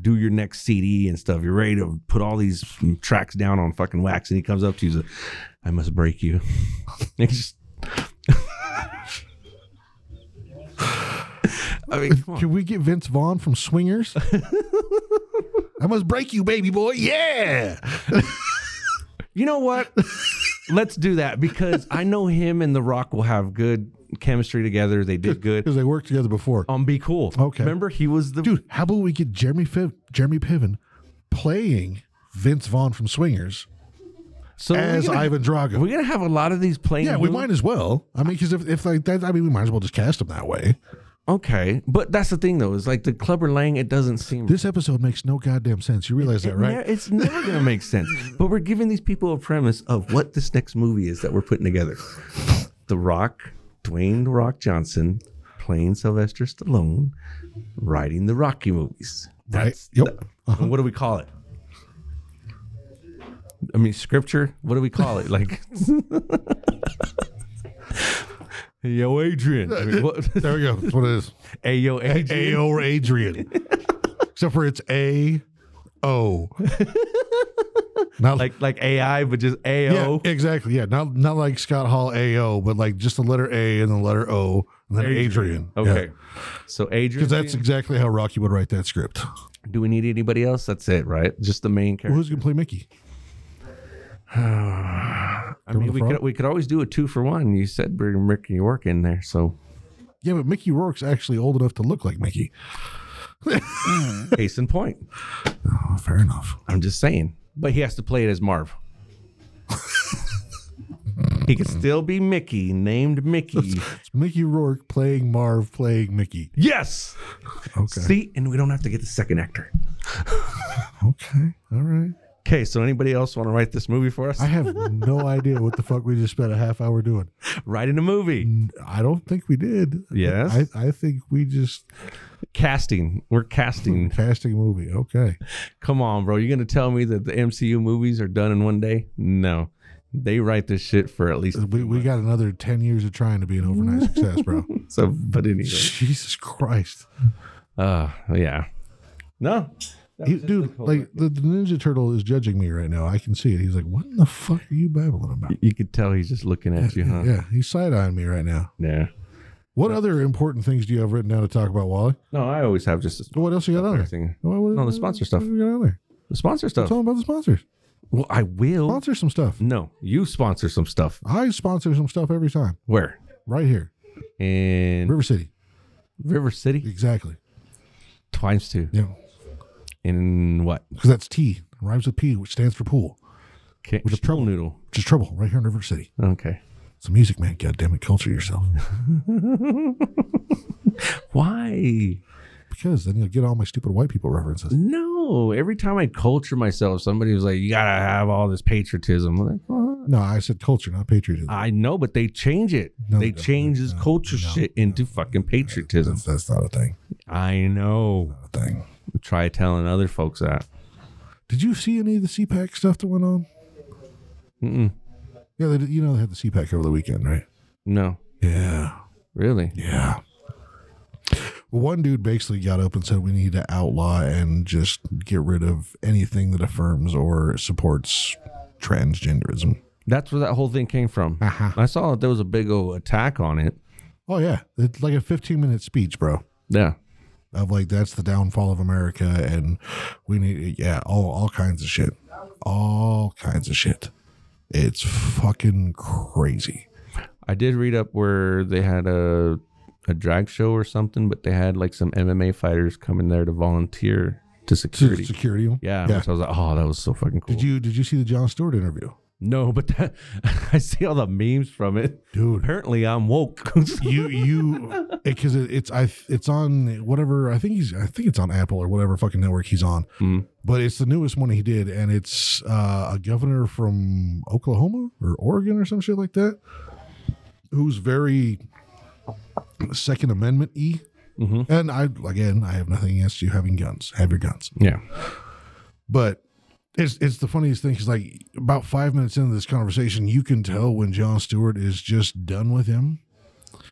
D: do your next CD and stuff. You're ready to put all these tracks down on fucking wax, and he comes up to you, and says, "I must break you." It's just, I mean, come on.
C: can we get Vince Vaughn from Swingers? I must break you, baby boy. Yeah.
D: you know what? Let's do that because I know him and The Rock will have good chemistry together. They did good.
C: Because they worked together before.
D: Um, be cool.
C: Okay.
D: Remember, he was the
C: Dude, how about we get Jeremy Piv- Jeremy Piven playing Vince Vaughn from Swingers
D: So we're
C: as
D: gonna-
C: Ivan Drago?
D: We're gonna have a lot of these playing.
C: Yeah, we
D: moves.
C: might as well. I mean, because if, if like that, I mean, we might as well just cast him that way.
D: Okay, but that's the thing though. Is like the Clubber Lang. It doesn't seem
C: This episode makes no goddamn sense. You realize that,
D: Ne-
C: right?
D: It's never gonna make sense. But we're giving these people a premise of what this next movie is that we're putting together. The Rock, Dwayne The Rock Johnson, playing Sylvester Stallone, writing the Rocky movies.
C: Right. Yep.
D: And what do we call it? I mean, scripture. What do we call it? Like, yo, Adrian. I mean, what-
C: There we go. That's what it is.
D: hey, yo,
C: A
D: Adrian.
C: O Adrian. Except for it's A O. Not
D: Like, like AI, but just AO.
C: yeah, exactly. Yeah, not not like Scott Hall A O, but like just the letter A and the letter O, and then Adrian.
D: Okay. So Adrian,
C: Because that's exactly how Rocky would write that script.
D: do we need anybody else? That's it, right? Just the main character.
C: Who's gonna play Mickey?
D: I mean, we could we could always do a two for one. You said bring Ricky York in there, so
C: Yeah, but Mickey Rourke's actually old enough to look like Mickey.
D: case in point.
C: Oh, fair enough.
D: I'm just saying, but he has to play it as Marv. he could still be Mickey, named Mickey.
C: It's Mickey Rourke playing Marv playing Mickey.
D: yes.
C: Okay.
D: See, and we don't have to get the second actor.
C: Okay. All right.
D: Okay, so anybody else want to write this movie for us?
C: I have no idea what the fuck we just spent a half hour doing.
D: Writing a movie.
C: I don't think we did.
D: Yes.
C: I, I think we just
D: Casting. We're casting.
C: casting a movie. Okay.
D: Come on, bro. You're going to tell me that the MCU movies are done in one day? No. They write this shit for at least.
C: We, we got another 10 years of trying to be an overnight success, bro.
D: So, but anyway.
C: Jesus Christ.
D: Uh, yeah. No.
C: He- dude, like the, the Ninja Turtle is judging me right now. I can see it. He's like, what in the fuck are you babbling about?
D: You could tell he's just looking at you, huh?
C: Yeah, he's side eyeing me right now.
D: Yeah.
C: What other important things do you have written down to talk about, Wally?
D: No, I always have just a
C: What else you got on there?
D: thing.
C: What, what,
D: No, the sponsor
C: what
D: stuff.
C: do we got on there?
D: The sponsor stuff.
C: Tell them about the sponsors.
D: Well, I will.
C: Sponsor some stuff.
D: No, you sponsor some stuff.
C: I sponsor some stuff every time.
D: Where?
C: Right here,
D: In River,
C: River City.
D: City?
C: Exactly.
D: Times two.
C: Yeah,
D: In what?
C: because that's T rhymes with P, which stands for pool,
D: Okay.
C: With a
D: Trouble Noodle.
C: which is trouble. Right here in River City.
D: Okay.
C: It's a music man. God damn it, culture yourself.
D: Why?
C: because then you'll get all my stupid white people references.
D: No. Every time I culture myself, somebody was like, you got to have all this patriotism. I'm like, "Well,
C: No, I said culture, not patriotism.
D: I know, but they change it.
C: No,
D: they
C: they don't.
D: change this culture shit into fucking patriotism.
C: That's, that's not a thing.
D: I know.
C: Not a thing.
D: Try telling other folks that.
C: Did you see any of the CPAC stuff that went on?
D: Mm-mm.
C: Yeah, they, did- you know they had the CPAC over the weekend, right?
D: No.
C: Yeah.
D: Really?
C: Yeah. One dude basically got up and said we need to outlaw and just get rid of anything that affirms or supports transgenderism.
D: That's where that whole thing came from.
C: Uh-huh.
D: I saw that there was a big old attack on it.
C: Oh yeah, it's like a 15 minute speech, bro.
D: Yeah.
C: Of like that's the downfall of America and we need yeah, all all kinds of shit. All kinds of shit. It's fucking crazy.
D: I did read up where they had a a drag show or something, but they had like some MMA fighters coming there to volunteer to security.
C: Security.
D: yeah,
C: Yeah.
D: which I was like, oh, that was so fucking cool.
C: Did you did you see the John Stewart interview?
D: no, but that, I see all the memes from it.
C: Dude,
D: Apparently, I'm woke.
C: you you because it, it's I it's on whatever I think he's I think it's on Apple or whatever fucking network he's on.
D: Mm.
C: But it's the newest one he did, and it's uh, a governor from Oklahoma or Oregon or some shit like that, who's very Second Amendment y.
D: Mhm.
C: And I again, I have nothing against you having guns. Have your guns,
D: yeah,
C: but. It's, it's the funniest thing because like about five minutes into this conversation, you can tell when John Stewart is just done with him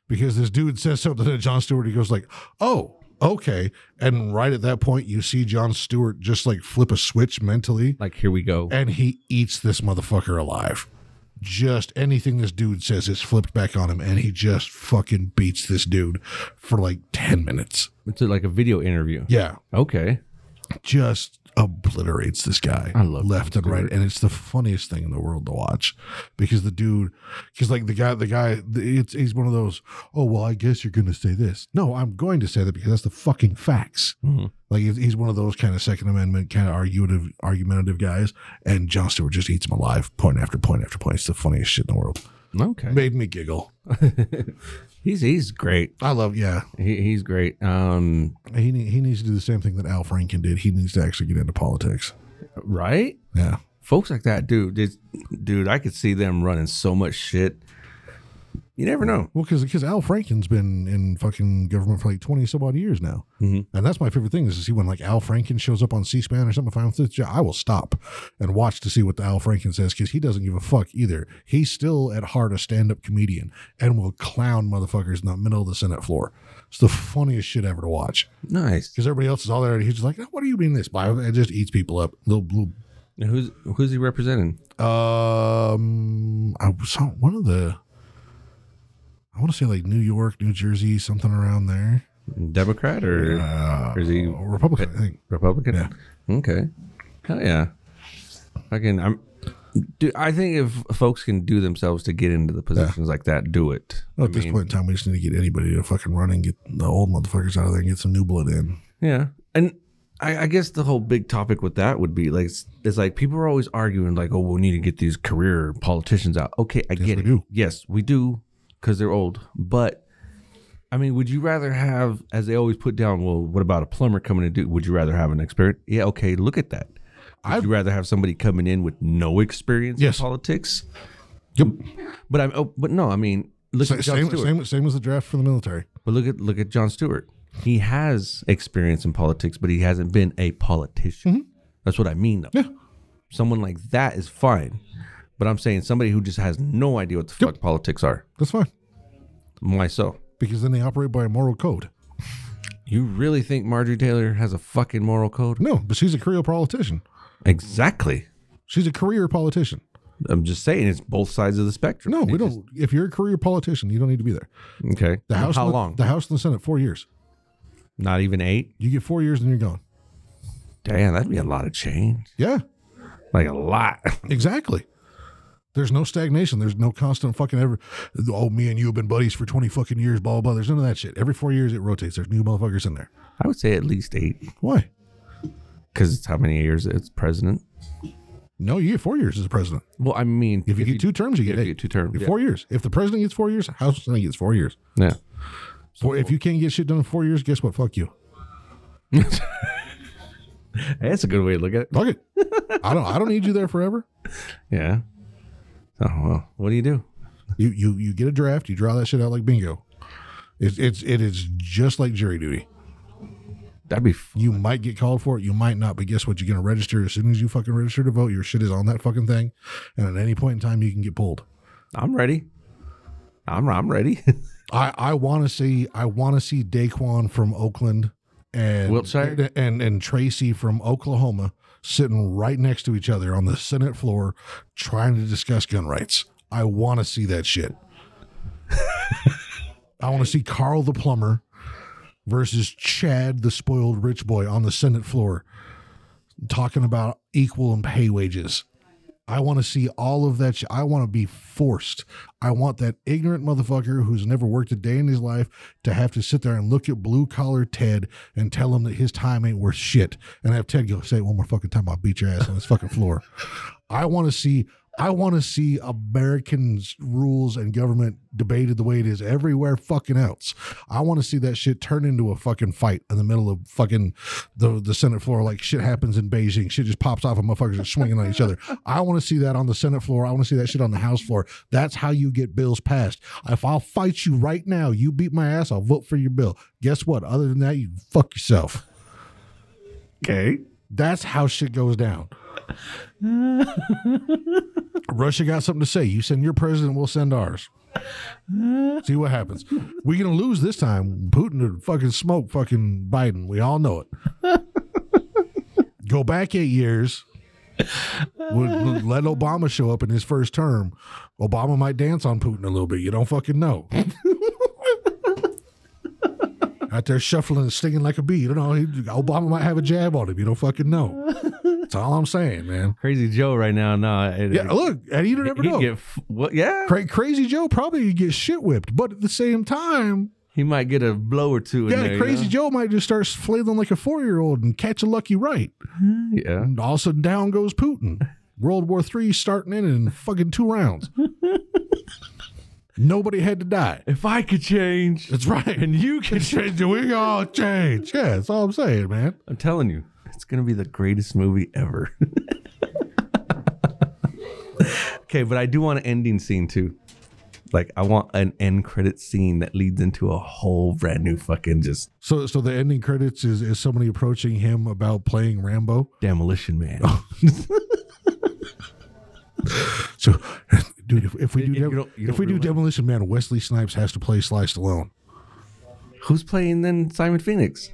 C: because this dude says something to John Stewart. He goes like, "Oh, okay," and right at that point, you see John Stewart just like flip a switch mentally,
D: like here we go.
C: and he eats this motherfucker alive. Just anything this dude says is flipped back on him, and he just fucking beats this dude for like ten minutes.
D: It's like a video interview.
C: Yeah,
D: Okay,
C: just obliterates this guy
D: I love
C: left and right and it's the funniest thing in the world to watch because the dude because like the guy the guy it's he's one of those oh well i guess you're gonna say this no i'm going to say that because that's the fucking facts
D: Mhm.
C: like he's- he's one of those kind of second amendment kind of argumentative argumentative guys and john stewart just eats him alive point after point after point it's the funniest shit in the world
D: okay.
C: made me giggle
D: He's he's great.
C: i love yeah
D: He, he's great. Um,
C: he, need- he needs to do the same thing that al franken did he needs to actually get into politics
D: right?
C: yeah
D: folks like that, dude, just- dude, I could see them running so much shit. You never know.
C: Well, because Al Franken's been in fucking government for like twenty some odd years now,
D: Mhm.
C: and that's my favorite thing is to see when like Al Franken shows up on C-SPAN or something. If I'm with this job, I will stop and watch to see what the Al Franken says because he doesn't give a fuck either. He's still at heart a stand-up comedian and will clown motherfuckers in the middle of the Senate floor. It's the funniest shit ever to watch
D: Nice.
C: because everybody else is all there. And he's just like, "What do you mean this?" Blah, blah," and just eats people up. Little little
D: And who's who's he representing?
C: um, I saw one of the. I want to say like New York, New Jersey, something around there.
D: Democrat or, or is he
C: Or Republican, I think.
D: Republican?
C: Yeah.
D: Okay. Hell yeah. Fucking I'm dude, I think if folks can do themselves to get into the positions like that, do it.
C: Well, at this point in time, we just need to get anybody to fucking run and get the old motherfuckers out of there and get some new blood in.
D: Yeah. And I, I guess the whole big topic with that would be like, it's, it's like people are always arguing, like, oh, we need to get these career politicians out. Okay, I get
C: we
D: it.
C: do.
D: Yes, we do because they're old. But I mean, would you rather have, as they always put down, well, what about a plumber coming to do? Would you rather have an expert? Yeah, okay, look at that.
C: I've-
D: Would you rather have somebody coming in with no experience
C: Yes.
D: in politics?
C: Yep.
D: But I'm, oh, but no, I mean, look
C: Sa-
D: at John
C: Same,
D: Stewart.
C: same, same as the draft for the military.
D: But look at look at John Stewart. He has experience in politics, but he hasn't been a politician. That's what I mean, though.
C: Mm-hmm. Yeah.
D: Someone like that is fine, but I'm saying somebody who just has no idea what the fuck politics are.
C: That's fine
D: Myself.
C: because then they operate by a moral code.
D: You really think Marjorie Taylor has a fucking moral code?
C: No, but she's a career politician.
D: Exactly.
C: She's a career politician.
D: I'm just saying it's both sides of the spectrum.
C: No, we
D: It
C: don't. If you're a career politician, you don't need to be there.
D: just- okay.
C: The House,
D: How
C: and the-
D: long?
C: The House and the Senate, four years.
D: Not even eight.
C: You get four years and you're gone.
D: Damn, that'd be a lot of change.
C: Yeah,
D: Like a lot.
C: exactly. There's no stagnation. There's no constant fucking ever. Oh, me and you have been buddies for twenty fucking years. Blah blah. blah. There's none of that shit. Every four years it rotates. There's new motherfuckers in there.
D: I would say at least eight,
C: Why?
D: because it's how many years it's president.
C: No, you get four years as a president.
D: Well, I mean,
C: If you get two terms, you get
D: if you
C: eight.
D: get two terms, yeah.
C: Four years. If the president gets four years, House Senate gets four years.
D: yeah.
C: Four, if you can't get shit done in four years, guess what? Fuck you.
D: That's a good way to look at it.
C: Fuck it. I don't. I don't need you there forever.
D: Yeah. Oh well, what do you do?
C: You you you get a draft. You draw that shit out like bingo. It's it's it is just like jury duty.
D: That'd be f-
C: You might get called for it. You might not. But guess what? You're gonna register as soon as you fucking register to vote. Your shit is on that fucking thing, and at any point in time, you can get pulled.
D: I'm ready. I'm I'm ready.
C: I I want to see I want to see Daquan from Oakland and
D: Wiltshire?
C: and, and and Tracy from Oklahoma sitting right next to each other on the Senate floor trying to discuss gun rights. I want to see that shit. I want to see Carl the plumber versus Chad the spoiled rich boy on the Senate floor talking about equal and pay wages. I want to see all of that. Sh- I want to be forced. I want that ignorant motherfucker who's never worked a day in his life to have to sit there and look at blue collar Ted and tell him that his time ain't worth shit. And have Ted go say it one more fucking time, I'll beat your ass on this fucking floor. I want to see. I want to see Americans' rules and government debated the way it is everywhere fucking else. I want to see that shit turn into a fucking fight in the middle of fucking the, the Senate floor, like shit happens in Beijing. Shit just pops off and motherfuckers are swinging on each other. I want to see that on the Senate floor. I want to see that shit on the House floor. That's how you get bills passed. If I'll fight you right now, you beat my ass, I'll vote for your bill. Guess what? Other than that, you fuck yourself.
D: okay.
C: That's how shit goes down. Russia got something to say. You send your president, we'll send ours. See what happens. We're gonna lose this time. Putin would fucking smoke fucking Biden. We all know it. Go back eight years. Would- would let Obama show up in his first term. Obama might dance on Putin a little bit. You don't fucking know. Out there shuffling and stinging like a bee. You don't know. He, Obama might have a jab on him. You don't fucking know. That's all I'm saying, man.
D: Crazy Joe right now. No, it,
C: Yeah, look, and you don't ever
D: he'd
C: know.
D: get f- what? Yeah,
C: Cra- Crazy Joe probably could get shit whipped, but at the same time,
D: he might get a blow or two.
C: yeah,
D: in there,
C: Crazy
D: you
C: Joe might just start flailing like a four year old and catch a lucky right.
D: know? Yeah,
C: And all of a sudden, down goes Putin. World War Three starting in in fucking two rounds. Nobody had to die.
D: if I could change,
C: That's right.
D: and you could change,
C: We all change. Yeah, that's all I'm saying, man.
D: I'm telling you, it's gonna be the greatest movie ever. okay, but I do want an ending scene too. Like I want an end credit scene that leads into a whole brand new fucking just
C: So, so the ending credits is is somebody approaching him about playing Rambo.
D: demolition man.
C: So, dude, if, if we do
D: You
C: Dem-
D: don't- you
C: if
D: don't
C: we do
D: realize-
C: Demolition Man, Wesley Snipes has to play Sliced Alone.
D: Who's playing then Simon Phoenix?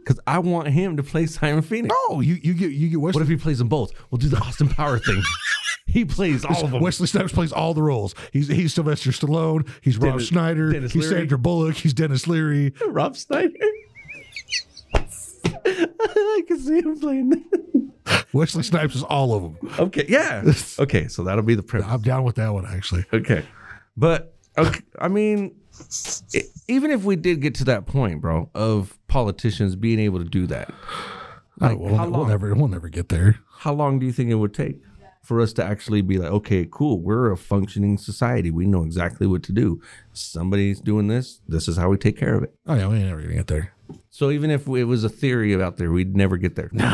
D: Because I want him to play Simon Phoenix.
C: Oh, you you get you get Wesley.
D: What if he plays them both? We'll do the Austin Power thing. he plays all of them.
C: Wesley Snipes plays all the roles. He's he's Sylvester Stallone. He's Rob
D: Dennis-
C: Schneider.
D: Dennis
C: he's
D: Leary.
C: Sandra Bullock. He's Dennis Leary.
D: Rob Snyder. I can see him playing.
C: Wesley Snipes is all of them.
D: Okay, yeah. Okay, so that'll be the premise.
C: I'm down with that one actually.
D: Okay. But okay, I mean, e- even if we did get to that point, bro, of politicians being able to do that,
C: Oh, we'll,
D: how
C: we'll
D: long?
C: never we'll never get there.
D: how long do you think it would take for us to actually be like, okay, cool, we're a functioning society. We know exactly what to do. Somebody's doing this. This is how we take care of it.
C: Oh yeah, we ain't never gonna get there.
D: So even if it was a theory out there, we'd never get there.
C: No,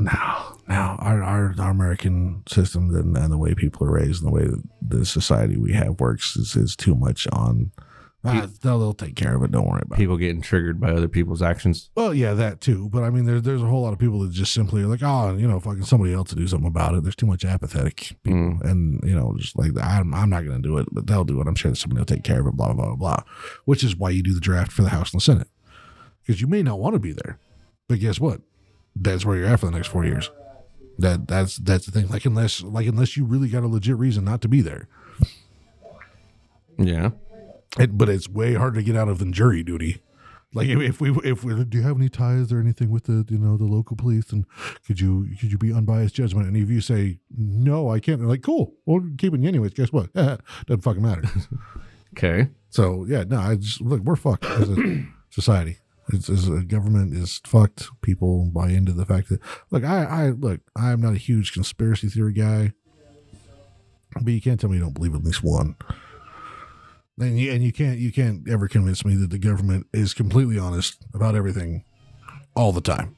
C: no, no. now our, our, our American system and, and the way people are raised and the way that the society we have works is, is too much on. Ah, they'll, they'll take care of it. Don't worry about it.
D: People getting triggered by other people's actions.
C: Well, yeah, that too. But I mean, there's there's a whole lot of people that just simply are like, oh, you know, fucking somebody else to do something about it. There's too much apathetic people, and you know, just like I'm I'm not gonna do it, but they'll do it. I'm sure that somebody will take care of it. Blah blah blah blah. Which is why you do the draft for the House and the Senate, because you may not want to be there, but guess what? That's where you're at for the next four years. That that's that's the thing. Like unless like unless you really got a legit reason not to be there,
D: Yeah.
C: it, but it's way harder to get out of than jury duty. Like if, if we if we do you have any ties or anything with the you know the local police and could you could you be unbiased judgment and if you say no I can't they're like cool we're keeping you anyways guess what doesn't fucking matter
D: Okay.
C: so yeah no I just look we're fucked as a society it's, as a government is fucked people buy into the fact that look I I look I am not a huge conspiracy theory guy but you can't tell me you don't believe at least one. And you, and you can't you can't ever convince me that the government is completely honest about everything all the time.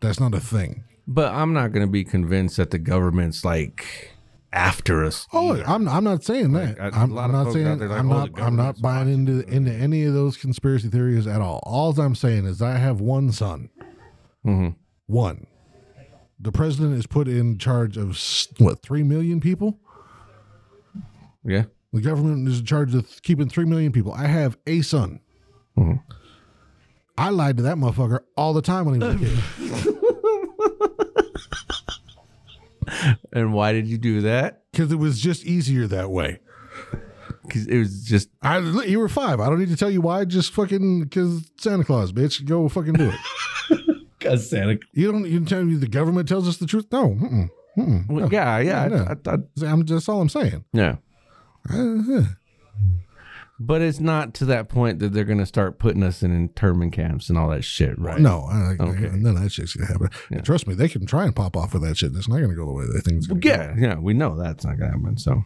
C: That's not a thing.
D: But I'm not going to be convinced that the government's like after us.
C: Oh, I'm I'm not saying that.
D: Like, a
C: I'm,
D: lot
C: I'm
D: of
C: not
D: folks
C: saying
D: out there like,
C: I'm
D: oh,
C: not
D: the
C: I'm not
D: government's
C: buying into into any of those conspiracy theories at all. All I'm saying is I have one son.
D: Mm-hmm.
C: One. The president is put in charge of s- what three million people.
D: Yeah.
C: The government is in charge of keeping three million people. I have a son.
D: Mm-hmm.
C: I lied to that motherfucker all the time when he was a kid.
D: And why did you do that?
C: Because it was just easier that way.
D: Because it was just
C: I, you were five. I don't need to tell you why. Just fucking because Santa Claus, bitch. Go fucking do it.
D: because Santa.
C: you don't. You tell me the government tells us the truth. No. Mm-mm.
D: Well, yeah. Yeah. I-
C: no.
D: I thought.
C: I'm that's all I'm saying.
D: Yeah.
C: Uh-huh.
D: But it's not to that point that they're going to start putting us in internment camps and all that shit, right?
C: No, I, I-
D: Okay.
C: none of that shit's gonna happen. And Trust me, they can try and pop off with that shit. It's not gonna go the way they think it's gonna go.
D: Yeah, yeah, we know that's not gonna happen. So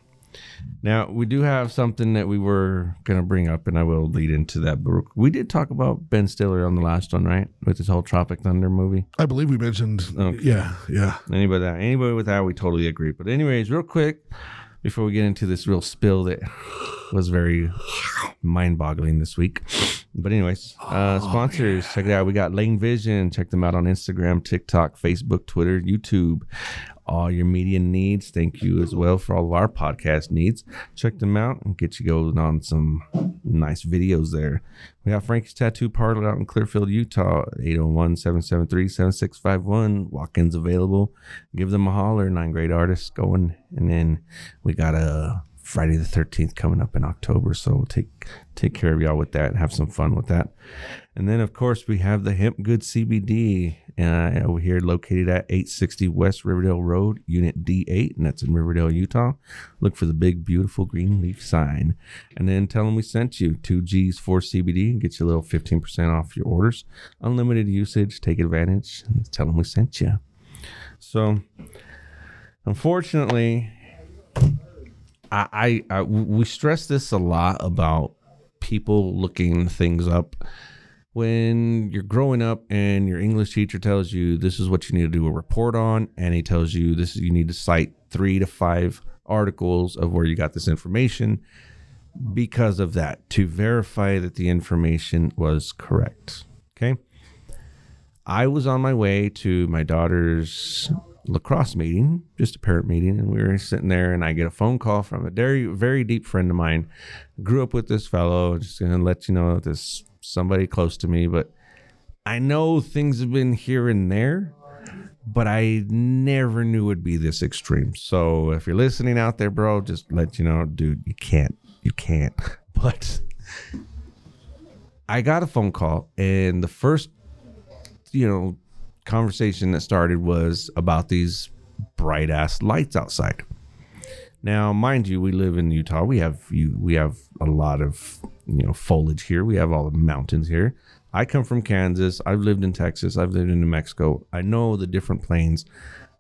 D: now we do have something that we were gonna bring up, and I will lead into that. But we did talk about Ben Stiller on the last one, right? With his whole Tropic Thunder movie.
C: I believe we mentioned.
D: Okay.
C: Yeah, yeah.
D: Anybody that anybody with that, we totally agree. But anyways, real quick, before we get into this real spill that was very mind-boggling this week. But anyways, uh, sponsors, check it out. We got Lane Vision. Check them out on Instagram, TikTok, Facebook, Twitter, YouTube. All your media needs. Thank you as well for all of our podcast needs. Check them out and get you going on some nice videos there. We got Frankie's Tattoo Parlor out in Clearfield, Utah, 801 773 7651. Walk ins available. Give them a holler. Nine great artists going. And then we got a Friday the 13th coming up in October. So we'll take take care of y'all with that and have some fun with that. And then, of course, we have the Hemp Good CBD uh, over here located at 860 West Riverdale Road, Unit D8, and that's in Riverdale, Utah. Look for the big, beautiful green leaf sign. And then tell them we sent you two G's for CBD and get you a little 15% off your orders. Unlimited usage, take advantage. and Tell them we sent you. So, unfortunately, I, I, I we stress this a lot about people looking things up when you're growing up and your English teacher tells you this is what you need to do a report on, and he tells you this you need to cite three to five articles of where you got this information because of that to verify that the information was correct. Okay. I was on my way to my daughter's lacrosse meeting, just a parent meeting, and we were sitting there, and I get a phone call from a very, very deep friend of mine. Grew up with this fellow. Just gonna let you know this somebody close to me, but I know things have been here and there, but I never knew it'd be this extreme. So if you're listening out there, bro, just let you know, dude, you can't, you can't. But I got a phone call, and the first you know conversation that started was about these bright ass lights outside now mind you we live in utah we have you we have a lot of you know foliage here we have all the mountains here i come from kansas i've lived in texas i've lived in new mexico i know the different planes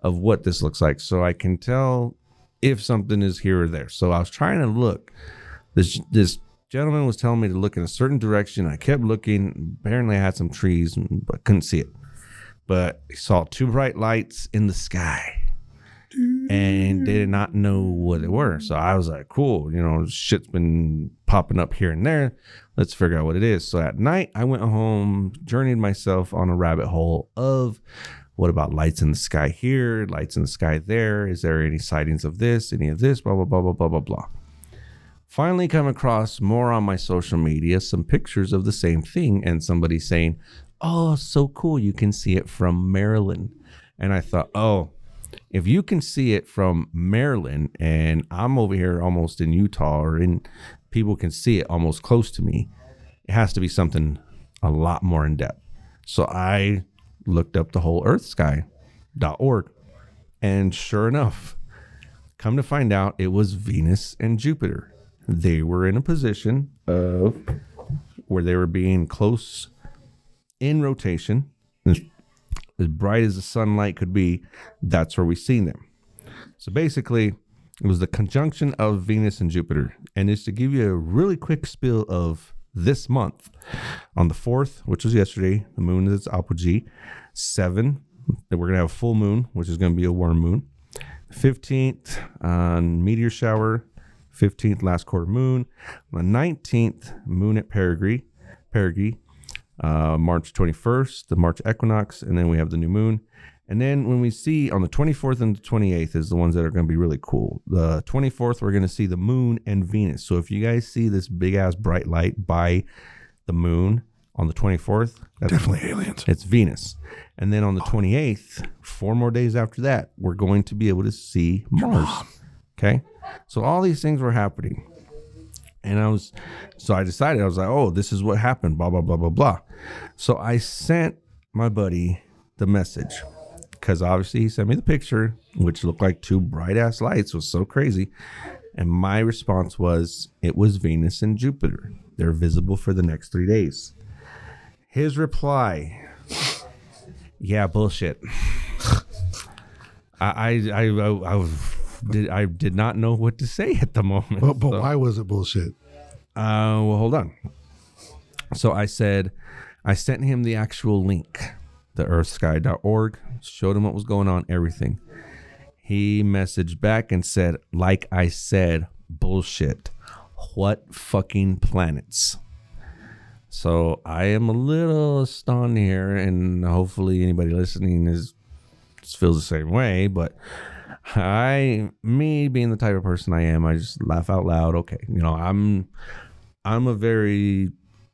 D: of what this looks like so i can tell if something is here or there so i was trying to look this this gentleman was telling me to look in a certain direction. I kept looking. Apparently, I had some trees, but couldn't see it. but they saw two bright lights in the sky and they did not know what they were. So I was like, cool, you know, shit's been popping up here and there. Let's figure out what it is. So at night, I went home, journeyed myself on a rabbit hole of what about lights in the sky here, lights in the sky there? Is there any sightings of this, any of this, blah, blah, blah, blah, blah, blah, blah. Finally, come across more on my social media some pictures of the same thing and somebody saying, Oh, so cool. You can see it from Maryland. And I thought, Oh, if you can see it from Maryland and I'm over here almost in Utah or in people can see it almost close to me, it has to be something a lot more in depth. So I looked up the whole earthsky.org and sure enough, come to find out it was Venus and Jupiter. They were in a position of where they were being close in rotation as bright as the sunlight could be, that's where we seen them. So basically, it was the conjunction of Venus and Jupiter. And it's to give you a really quick spill of this month. On the 4th, which was yesterday, the moon is its apogee. 7, that we're going to have a full moon, which is going to be a warm moon. 15th, on meteor shower. 15th, last quarter moon. On the 19th, moon at Perigee. Perigee uh, March 21st, the March equinox, and then we have the new moon. And then when we see on the 24th and the 28th is the ones that are going to be really cool. The 24th, we're going to see the moon and Venus. So if you guys see this big ass bright light by the moon on the 24th, that's
C: Definitely aliens.
D: it's Venus. And then on the 28th, four more days after that, we're going to be able to see Mars. Okay. So all these things were happening. And I was, so I decided, I was like, oh, this is what happened, blah, blah, blah, blah, blah. So I sent my buddy the message because obviously he sent me the picture, which looked like two bright ass lights, was so crazy. And my response was, it was Venus and Jupiter. They're visible for the next three days. His reply yeah, bullshit. I I I, I, I was, did I did not know what to say at the moment.
C: But, but
D: so-
C: why was it bullshit?
D: uh, well, hold on. So I said, I sent him the actual link, the earthsky.org, showed him what was going on, everything. He messaged back and said, like I said, bullshit. What fucking planets? So I am a little stunned here, and hopefully anybody listening is feels the same way, but I me being the type of person I am, I just laugh out loud. Okay. You know, I'm I'm a very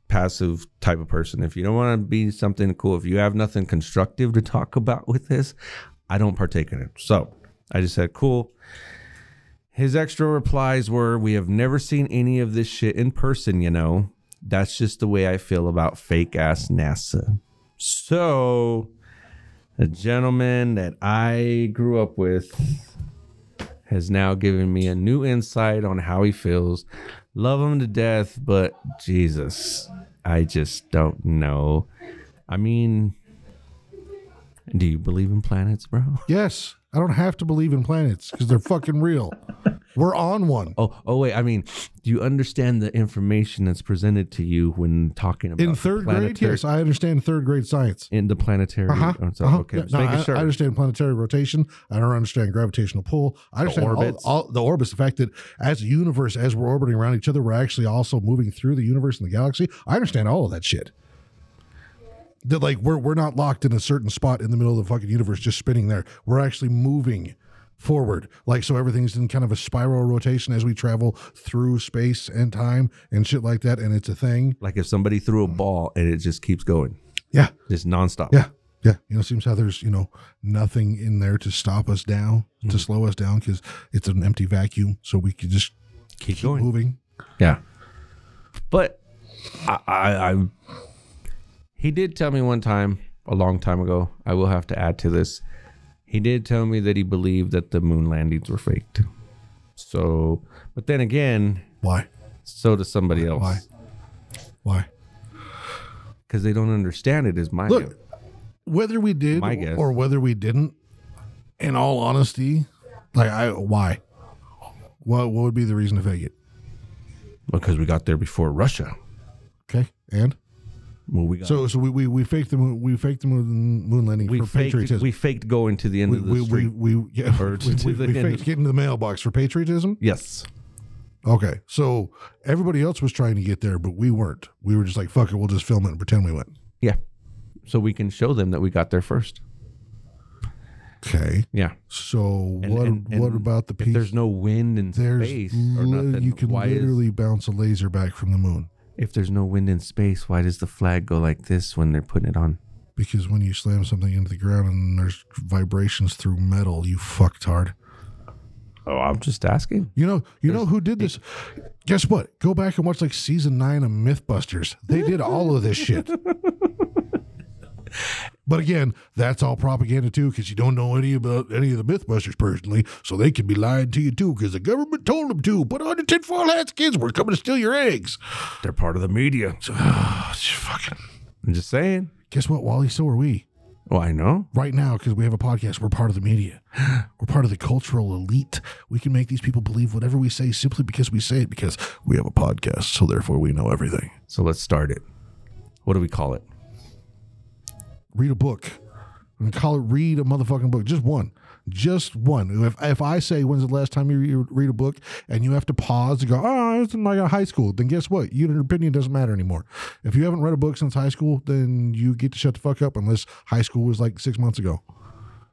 D: passive type of person. If you don't want to be something cool, if you have nothing constructive to talk about with this, I don't partake in it. So I just said, cool. His extra replies were, We have never seen any of this shit in person, you know. That's just the way I feel about fake ass NASA. So the gentleman that I grew up with has now given me a new insight on how he feels. Love him to death, but Jesus, I just don't know. I mean, do you believe in planets, bro?
C: Yes. I don't have to believe in planets because they're fucking real. We're on one.
D: Oh, oh wait. I mean, do you understand the information that's presented to you when talking about
C: In
D: the
C: third grade,
D: planetary-
C: yes, I understand third grade science.
D: in the planetary?
C: Uh-huh.
D: oh, so-
C: uh-huh.
D: Okay,
C: Yeah,
D: just
C: no,
D: making
C: I,
D: sure.
C: I understand planetary rotation. I don't understand gravitational pull. I understand all-
D: orbits.
C: All, the orbits. The fact that as the universe, as we're orbiting around each other, we're actually also moving through the universe and the galaxy. I understand all of that shit. That like we're we're not locked in a certain spot in the middle of the fucking universe, just spinning there. We're actually moving forward. Like so, everything's in kind of a spiral rotation as we travel through space and time and shit like that. And it's a thing.
D: like if somebody threw a ball and it just keeps going,
C: Yeah.
D: just nonstop.
C: Yeah. Yeah. You know, it seems how there's, you know, nothing in there to stop us down,
D: Mm-hmm.
C: to slow us down, because it's an empty vacuum. So we can just
D: keep,
C: keep
D: going.
C: moving.
D: Yeah. But I, I, I, he did tell me one time, a long time ago. I will have to add to this. He did tell me that he believed that the moon landings were faked. So, but then again,
C: Why?
D: so does somebody else.
C: Why? Why?
D: Because they don't understand it as my
C: Look, whether we did
D: My guess.
C: or whether we didn't, in all honesty, like, I, why? What, what would be the reason to fake it?
D: because we got there before Russia.
C: Okay. And
D: Well, we got
C: So so we, we we faked the moon we faked the moon, moon landing
D: we
C: for
D: faked
C: patriotism.
D: we faked going to the end
C: we
D: of the
C: we, we,
D: street.
C: we yeah
D: Or
C: we,
D: to
C: we,
D: the
C: we
D: end.
C: faked getting to the mailbox for patriotism.
D: yes.
C: Okay, so everybody else was trying to get there, but we weren't. We were just like, "Fuck it, we'll just film it and pretend we went."
D: Yeah. So we can show them that we got there first.
C: Okay,
D: Yeah.
C: so
D: And-
C: what
D: and-
C: what
D: and
C: about the
D: If
C: piece?
D: there's no wind in
C: There's
D: space or
C: li-
D: nothing,
C: you can
D: why is-
C: literally bounce a laser back from the moon
D: if there's no wind in space, why does the flag go like this when they're putting it on?
C: because when you slam something into the ground and there's vibrations through metal, you fucked hard.
D: Oh, I'm just asking.
C: You know, you know who did this? Guess what? Go back and watch like season nine of MythBusters. They did all of this shit. But again, that's all propaganda too, because you don't know any about any of the MythBusters personally, so they could be lying to you too, because the government told them to. Put on your tinfoil hats, kids. We're coming to steal your eggs.
D: They're part of the media.
C: Ah, it's fucking.
D: I'm just saying.
C: Guess what, Wally? So are we
D: Well, I know.
C: right now because we have a podcast. We're part of the media. We're part of the cultural elite. We can make these people believe whatever we say simply because we say it because we have a podcast. So therefore, we know everything.
D: So let's start it. What do we call it?
C: Read a book and call it read a motherfucking book. Just one. Just one. If, if I say when's the last time you re- read a book and you have to pause and go, oh, it's in like high school, then guess what? Your opinion doesn't matter anymore. If you haven't read a book since high school, then you get to shut the fuck up unless high school was like six months ago.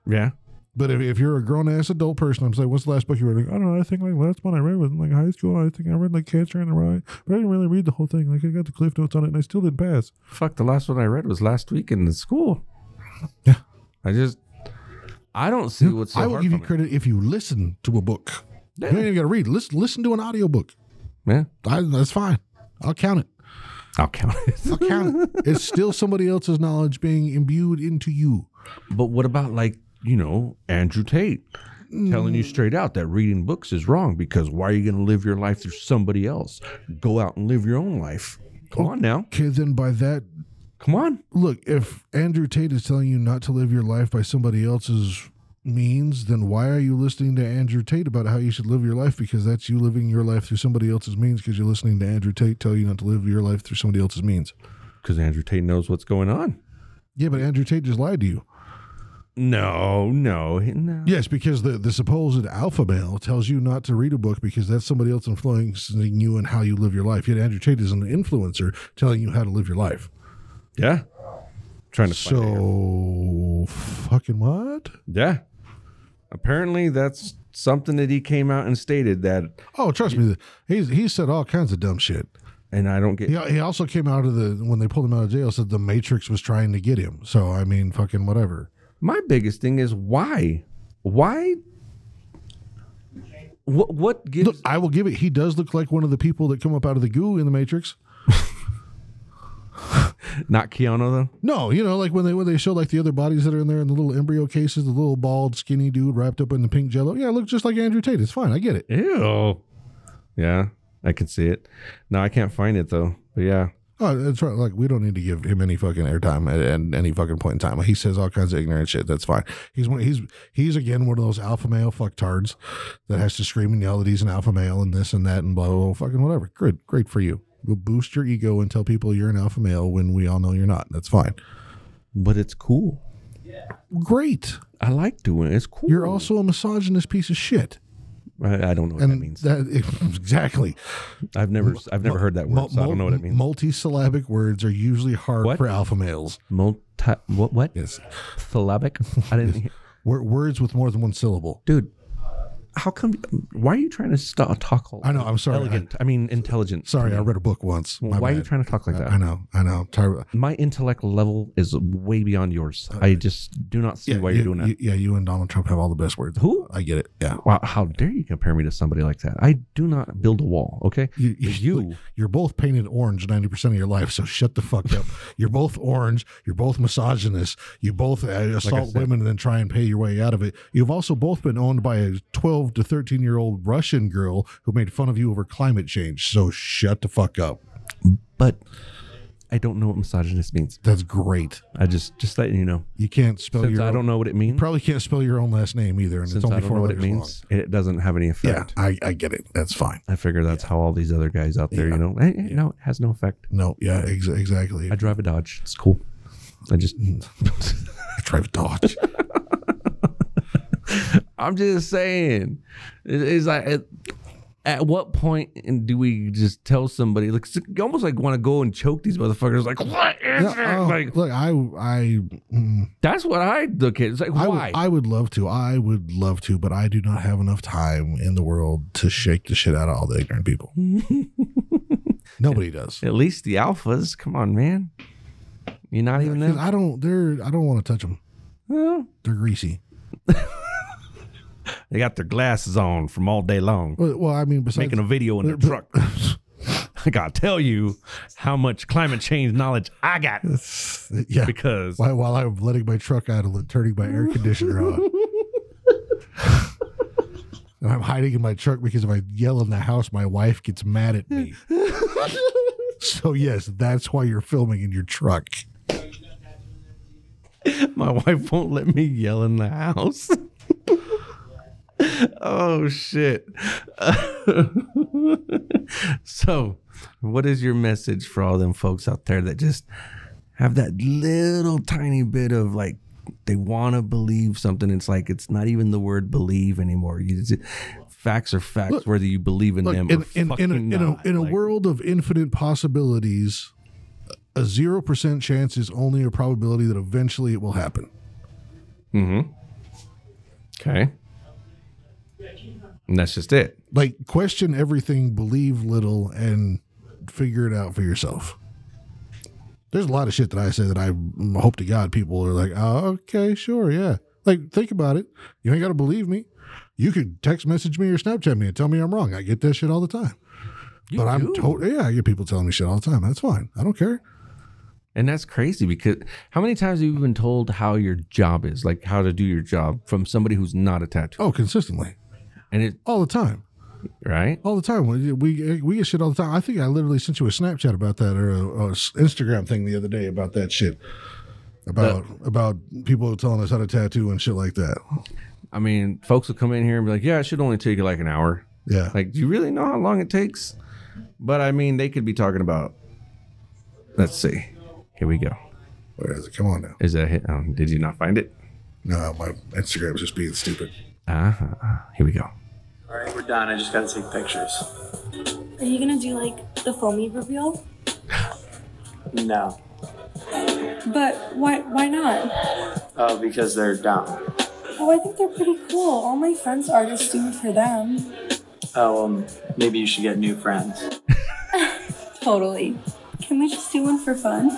D: Yeah.
C: But if, if you're a grown ass adult person, I'm saying, what's the last book you read? Like, I don't know. I think like last one I read was in like high school. I think I read like Cancer and a Rye, but I didn't really read the whole thing. Like I got the cliff notes on it, and I still didn't pass.
D: Fuck, the last one I read was last week in the school.
C: Yeah.
D: I just, I don't see what's so
C: I will
D: hard
C: give you
D: from it.
C: credit if you listen to a book. You ain't even got to read. Listen, listen to an audiobook.
D: Yeah.
C: I, that's fine. I'll count it.
D: I'll count it.
C: I'll count it. It's still somebody else's knowledge being imbued into you.
D: but what about like, you know, Andrew Tate telling you straight out that reading books is wrong because why are you going to live your life through somebody else? Go out and live your own life. Come on now.
C: Okay, then by that
D: Come on.
C: look, if Andrew Tate is telling you not to live your life by somebody else's means, then why are you listening to Andrew Tate about how you should live your life? Because that's you living your life through somebody else's means because you're listening to Andrew Tate tell you not to live your life through somebody else's means.
D: Because Andrew Tate knows what's going on.
C: Yeah, but Andrew Tate just lied to you.
D: No, no, no.
C: Yes, because the, the supposed alpha male tells you not to read a book because that's somebody else influencing you and how you live your life. Yet Andrew Tate is an influencer telling you how to live your life.
D: Yeah. Trying to find it.
C: So, fucking what?
D: Yeah. Apparently that's something that he came out and stated that
C: Oh, trust me, he's he said all kinds of dumb shit.
D: and I don't get
C: He, he also came out of the when they pulled him out of jail said the Matrix was trying to get him. So I mean, fucking whatever.
D: My biggest thing is why? Why what what gives
C: Look, I will give it. He does look like one of the people that come up out of the goo in the Matrix.
D: not Keanu though?
C: No, you know, like when they when they show like the other bodies that are in there in the little embryo cases, the little bald skinny dude wrapped up in the pink jello. Yeah, look just like Andrew Tate. It's fine. I get it.
D: Ew. Yeah, I can see it. No, I can't find it though. But yeah.
C: Oh, that's right. Like we don't need to give him any fucking airtime at, at any fucking point in time. He says all kinds of ignorant shit. That's fine. He's one. He's he's again one of those alpha male fucktards that has to scream and yell that he's an alpha male and this and that and blah blah, blah fucking whatever. Good, great for you. You'll boost your ego and tell people you're an alpha male when we all know you're not. That's fine.
D: But it's cool.
C: Great.
D: I like doing it. It's cool.
C: You're also a misogynist piece of shit.
D: I, I don't know what that
C: And
D: means.
C: that exactly.
D: I've never I've never heard that word, so I don't know what it means.
C: Multi-syllabic words are usually hard
D: What?
C: for alpha males.
D: Multi what what?
C: Yes.
D: Syllabic? I didn't hear.
C: Wor- Words with more than one syllable.
D: dude. How come? Why are you trying to st- talk all
C: I know. I'm sorry. I-
D: elegant? I, mean, intelligent.
C: Sorry, I read a book once. My
D: Why are you
C: bad.
D: trying to talk like that?
C: I know, I know. uh, I'm tired of-
D: My intellect level is way beyond yours. I just do not see why
C: you,
D: you're doing that.
C: you- Uh, yeah, you and Donald Trump have all the best words.
D: Who?
C: I get it. Yeah,
D: wow, how dare you compare me to somebody like that? I do not build a wall. Okay,
C: you,
D: But you,
C: look, you're both painted orange ninety percent of your life. So shut the fuck up. you're both orange. You're both misogynist. You both uh, assault
D: said.
C: women and then try and pay your way out of it. You've also both been owned by a twelve to thirteen year old Russian girl who made fun of you over climate change. So shut the fuck up.
D: but I don't know what misogynist means.
C: That's great.
D: I just just letting you know.
C: You can't spell
D: Since
C: your.
D: I don't know what it means,
C: Oh, Probably can't spell your own last name either, and
D: since
C: it's
D: I
C: only
D: don't
C: four
D: know what it
C: letters
D: means, it doesn't have any
C: long.
D: effect.
C: Yeah, I, I get it. That's fine.
D: I figure that's how all these other guys out there,
C: Yeah.
D: you know, eh, eh, no, it has no effect.
C: No, yeah, ex- exactly.
D: I drive a Dodge. It's cool. I just,
C: Mm. I drive a Dodge.
D: I'm just saying, it- it's like, at, at what point in- do we just tell somebody? Like, you almost like want to go and choke these motherfuckers. Like, what is
C: Yeah,
D: it?
C: oh,
D: Like,
C: look, I, I, mm,
D: that's what I look at. It's like,
C: I, would,
D: why?
C: I would love to. I would love to, but I do not have enough time in the world to shake the shit out of all the ignorant people. Nobody does.
D: at least the alphas. Come on, man. You're not even
C: 'Cause
D: there.
C: I don't. They're. I don't want to touch them.
D: Well,
C: They're greasy.
D: they got their glasses on from all day long,
C: Well, well, I mean, besides
D: making a video in their
C: but-
D: truck. I gotta tell you how much climate change knowledge I got
C: yeah.
D: because
C: While, while I'm letting my truck out and turning my air conditioner on. And I'm hiding in my truck because if I yell in the house, my wife gets mad at me. so yes, that's why you're filming in your truck.
D: my wife won't let me yell in the house. oh shit. so, what is your message for all them folks out there that just have that little tiny bit of like they want to believe something. It's like it's not even the word believe anymore. You just, facts are facts, whether you believe in
C: Look,
D: them
C: in,
D: or
C: in,
D: fucking
C: in, a, in, a,
D: not.
C: in a
D: Like,
C: world of infinite possibilities, a 0% chance is only a probability that eventually it will happen.
D: Okay, and that's just it.
C: Like, question everything, believe little, and figure it out for yourself. There's a lot of shit that I say that I mm, hope to God people are like, oh, okay, sure, yeah. Like, think about it. You ain't got to believe me. You could text message me or Snapchat me and tell me I'm wrong. I get that shit all the time. but I'm
D: do.
C: totally, yeah, I get people telling me shit all the time. That's fine. I don't care.
D: And that's crazy because how many times have you been told how your job is, like how to do your job from somebody who's not a tattoo?
C: Oh, consistently.
D: And it,
C: all the time,
D: right?
C: all the time. We we, we get shit all the time. I think I literally sent you a Snapchat about that or a, or a s- Instagram thing the other day about that shit. About about people telling us how to tattoo and shit like that.
D: I mean, folks will come in here and be like, yeah, it should only take you like an hour.
C: Yeah,
D: Like, do you really know how long it takes? But I mean, they could be talking about, let's see. Here we go.
C: where is it? Come on now.
D: Is that hit? Um, did you not find it?
C: No, my Instagram's just being stupid.
D: Uh-huh. Here we go.
F: All right, we're done. I just gotta take pictures.
G: Are you gonna do like the foamy reveal?
F: No,
G: But why why not?
F: uh, because they're dumb.
G: Oh, I think they're pretty cool. All my friends' artists do it for them.
F: Oh, um, maybe you should get new friends.
G: Totally. Can we just do one for fun?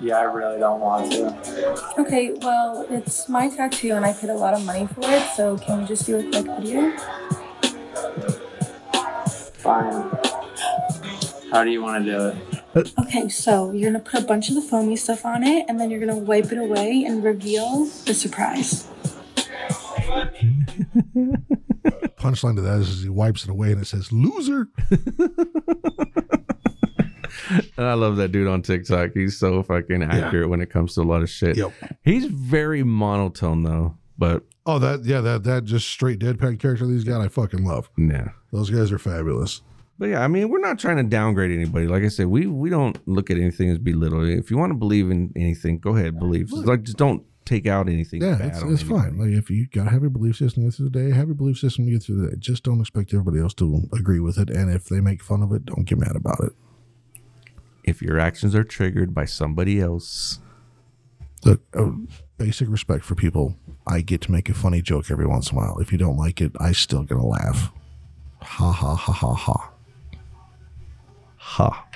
F: Yeah, I really don't want to.
G: Okay, well, it's my tattoo and I paid a lot of money for it, so can we just do a quick video?
F: Fine. How do you want to do it?
G: Okay, so you're gonna put a bunch of the foamy stuff on it and then you're gonna wipe it away and reveal the surprise.
C: Punchline to that is he wipes it away and it says "loser."
D: And I love that dude on TikTok. He's so fucking accurate when it comes to a lot of shit.
C: Yep.
D: He's very monotone though, but
C: Oh, that yeah, that that just straight deadpan character these guys I fucking love.
D: nah.
C: Those guys are fabulous.
D: But yeah, I mean, we're not trying to downgrade anybody. Like I said, we we don't look at anything as belittle. If you want to believe in anything, go ahead, believe. Just, like just don't take out anything.
C: Yeah,
D: bad
C: it's,
D: on
C: it's
D: anybody.
C: fine. Like if you gotta have your belief system to get through the day, have your belief system to get through the day. Just don't expect everybody else to agree with it. And if they make fun of it, don't get mad about it.
D: If your actions are triggered by somebody else,
C: Look, uh, basic respect for people. I get to make a funny joke every once in a while. If you don't like it, I still gonna laugh. Ha ha ha ha ha.
D: ha.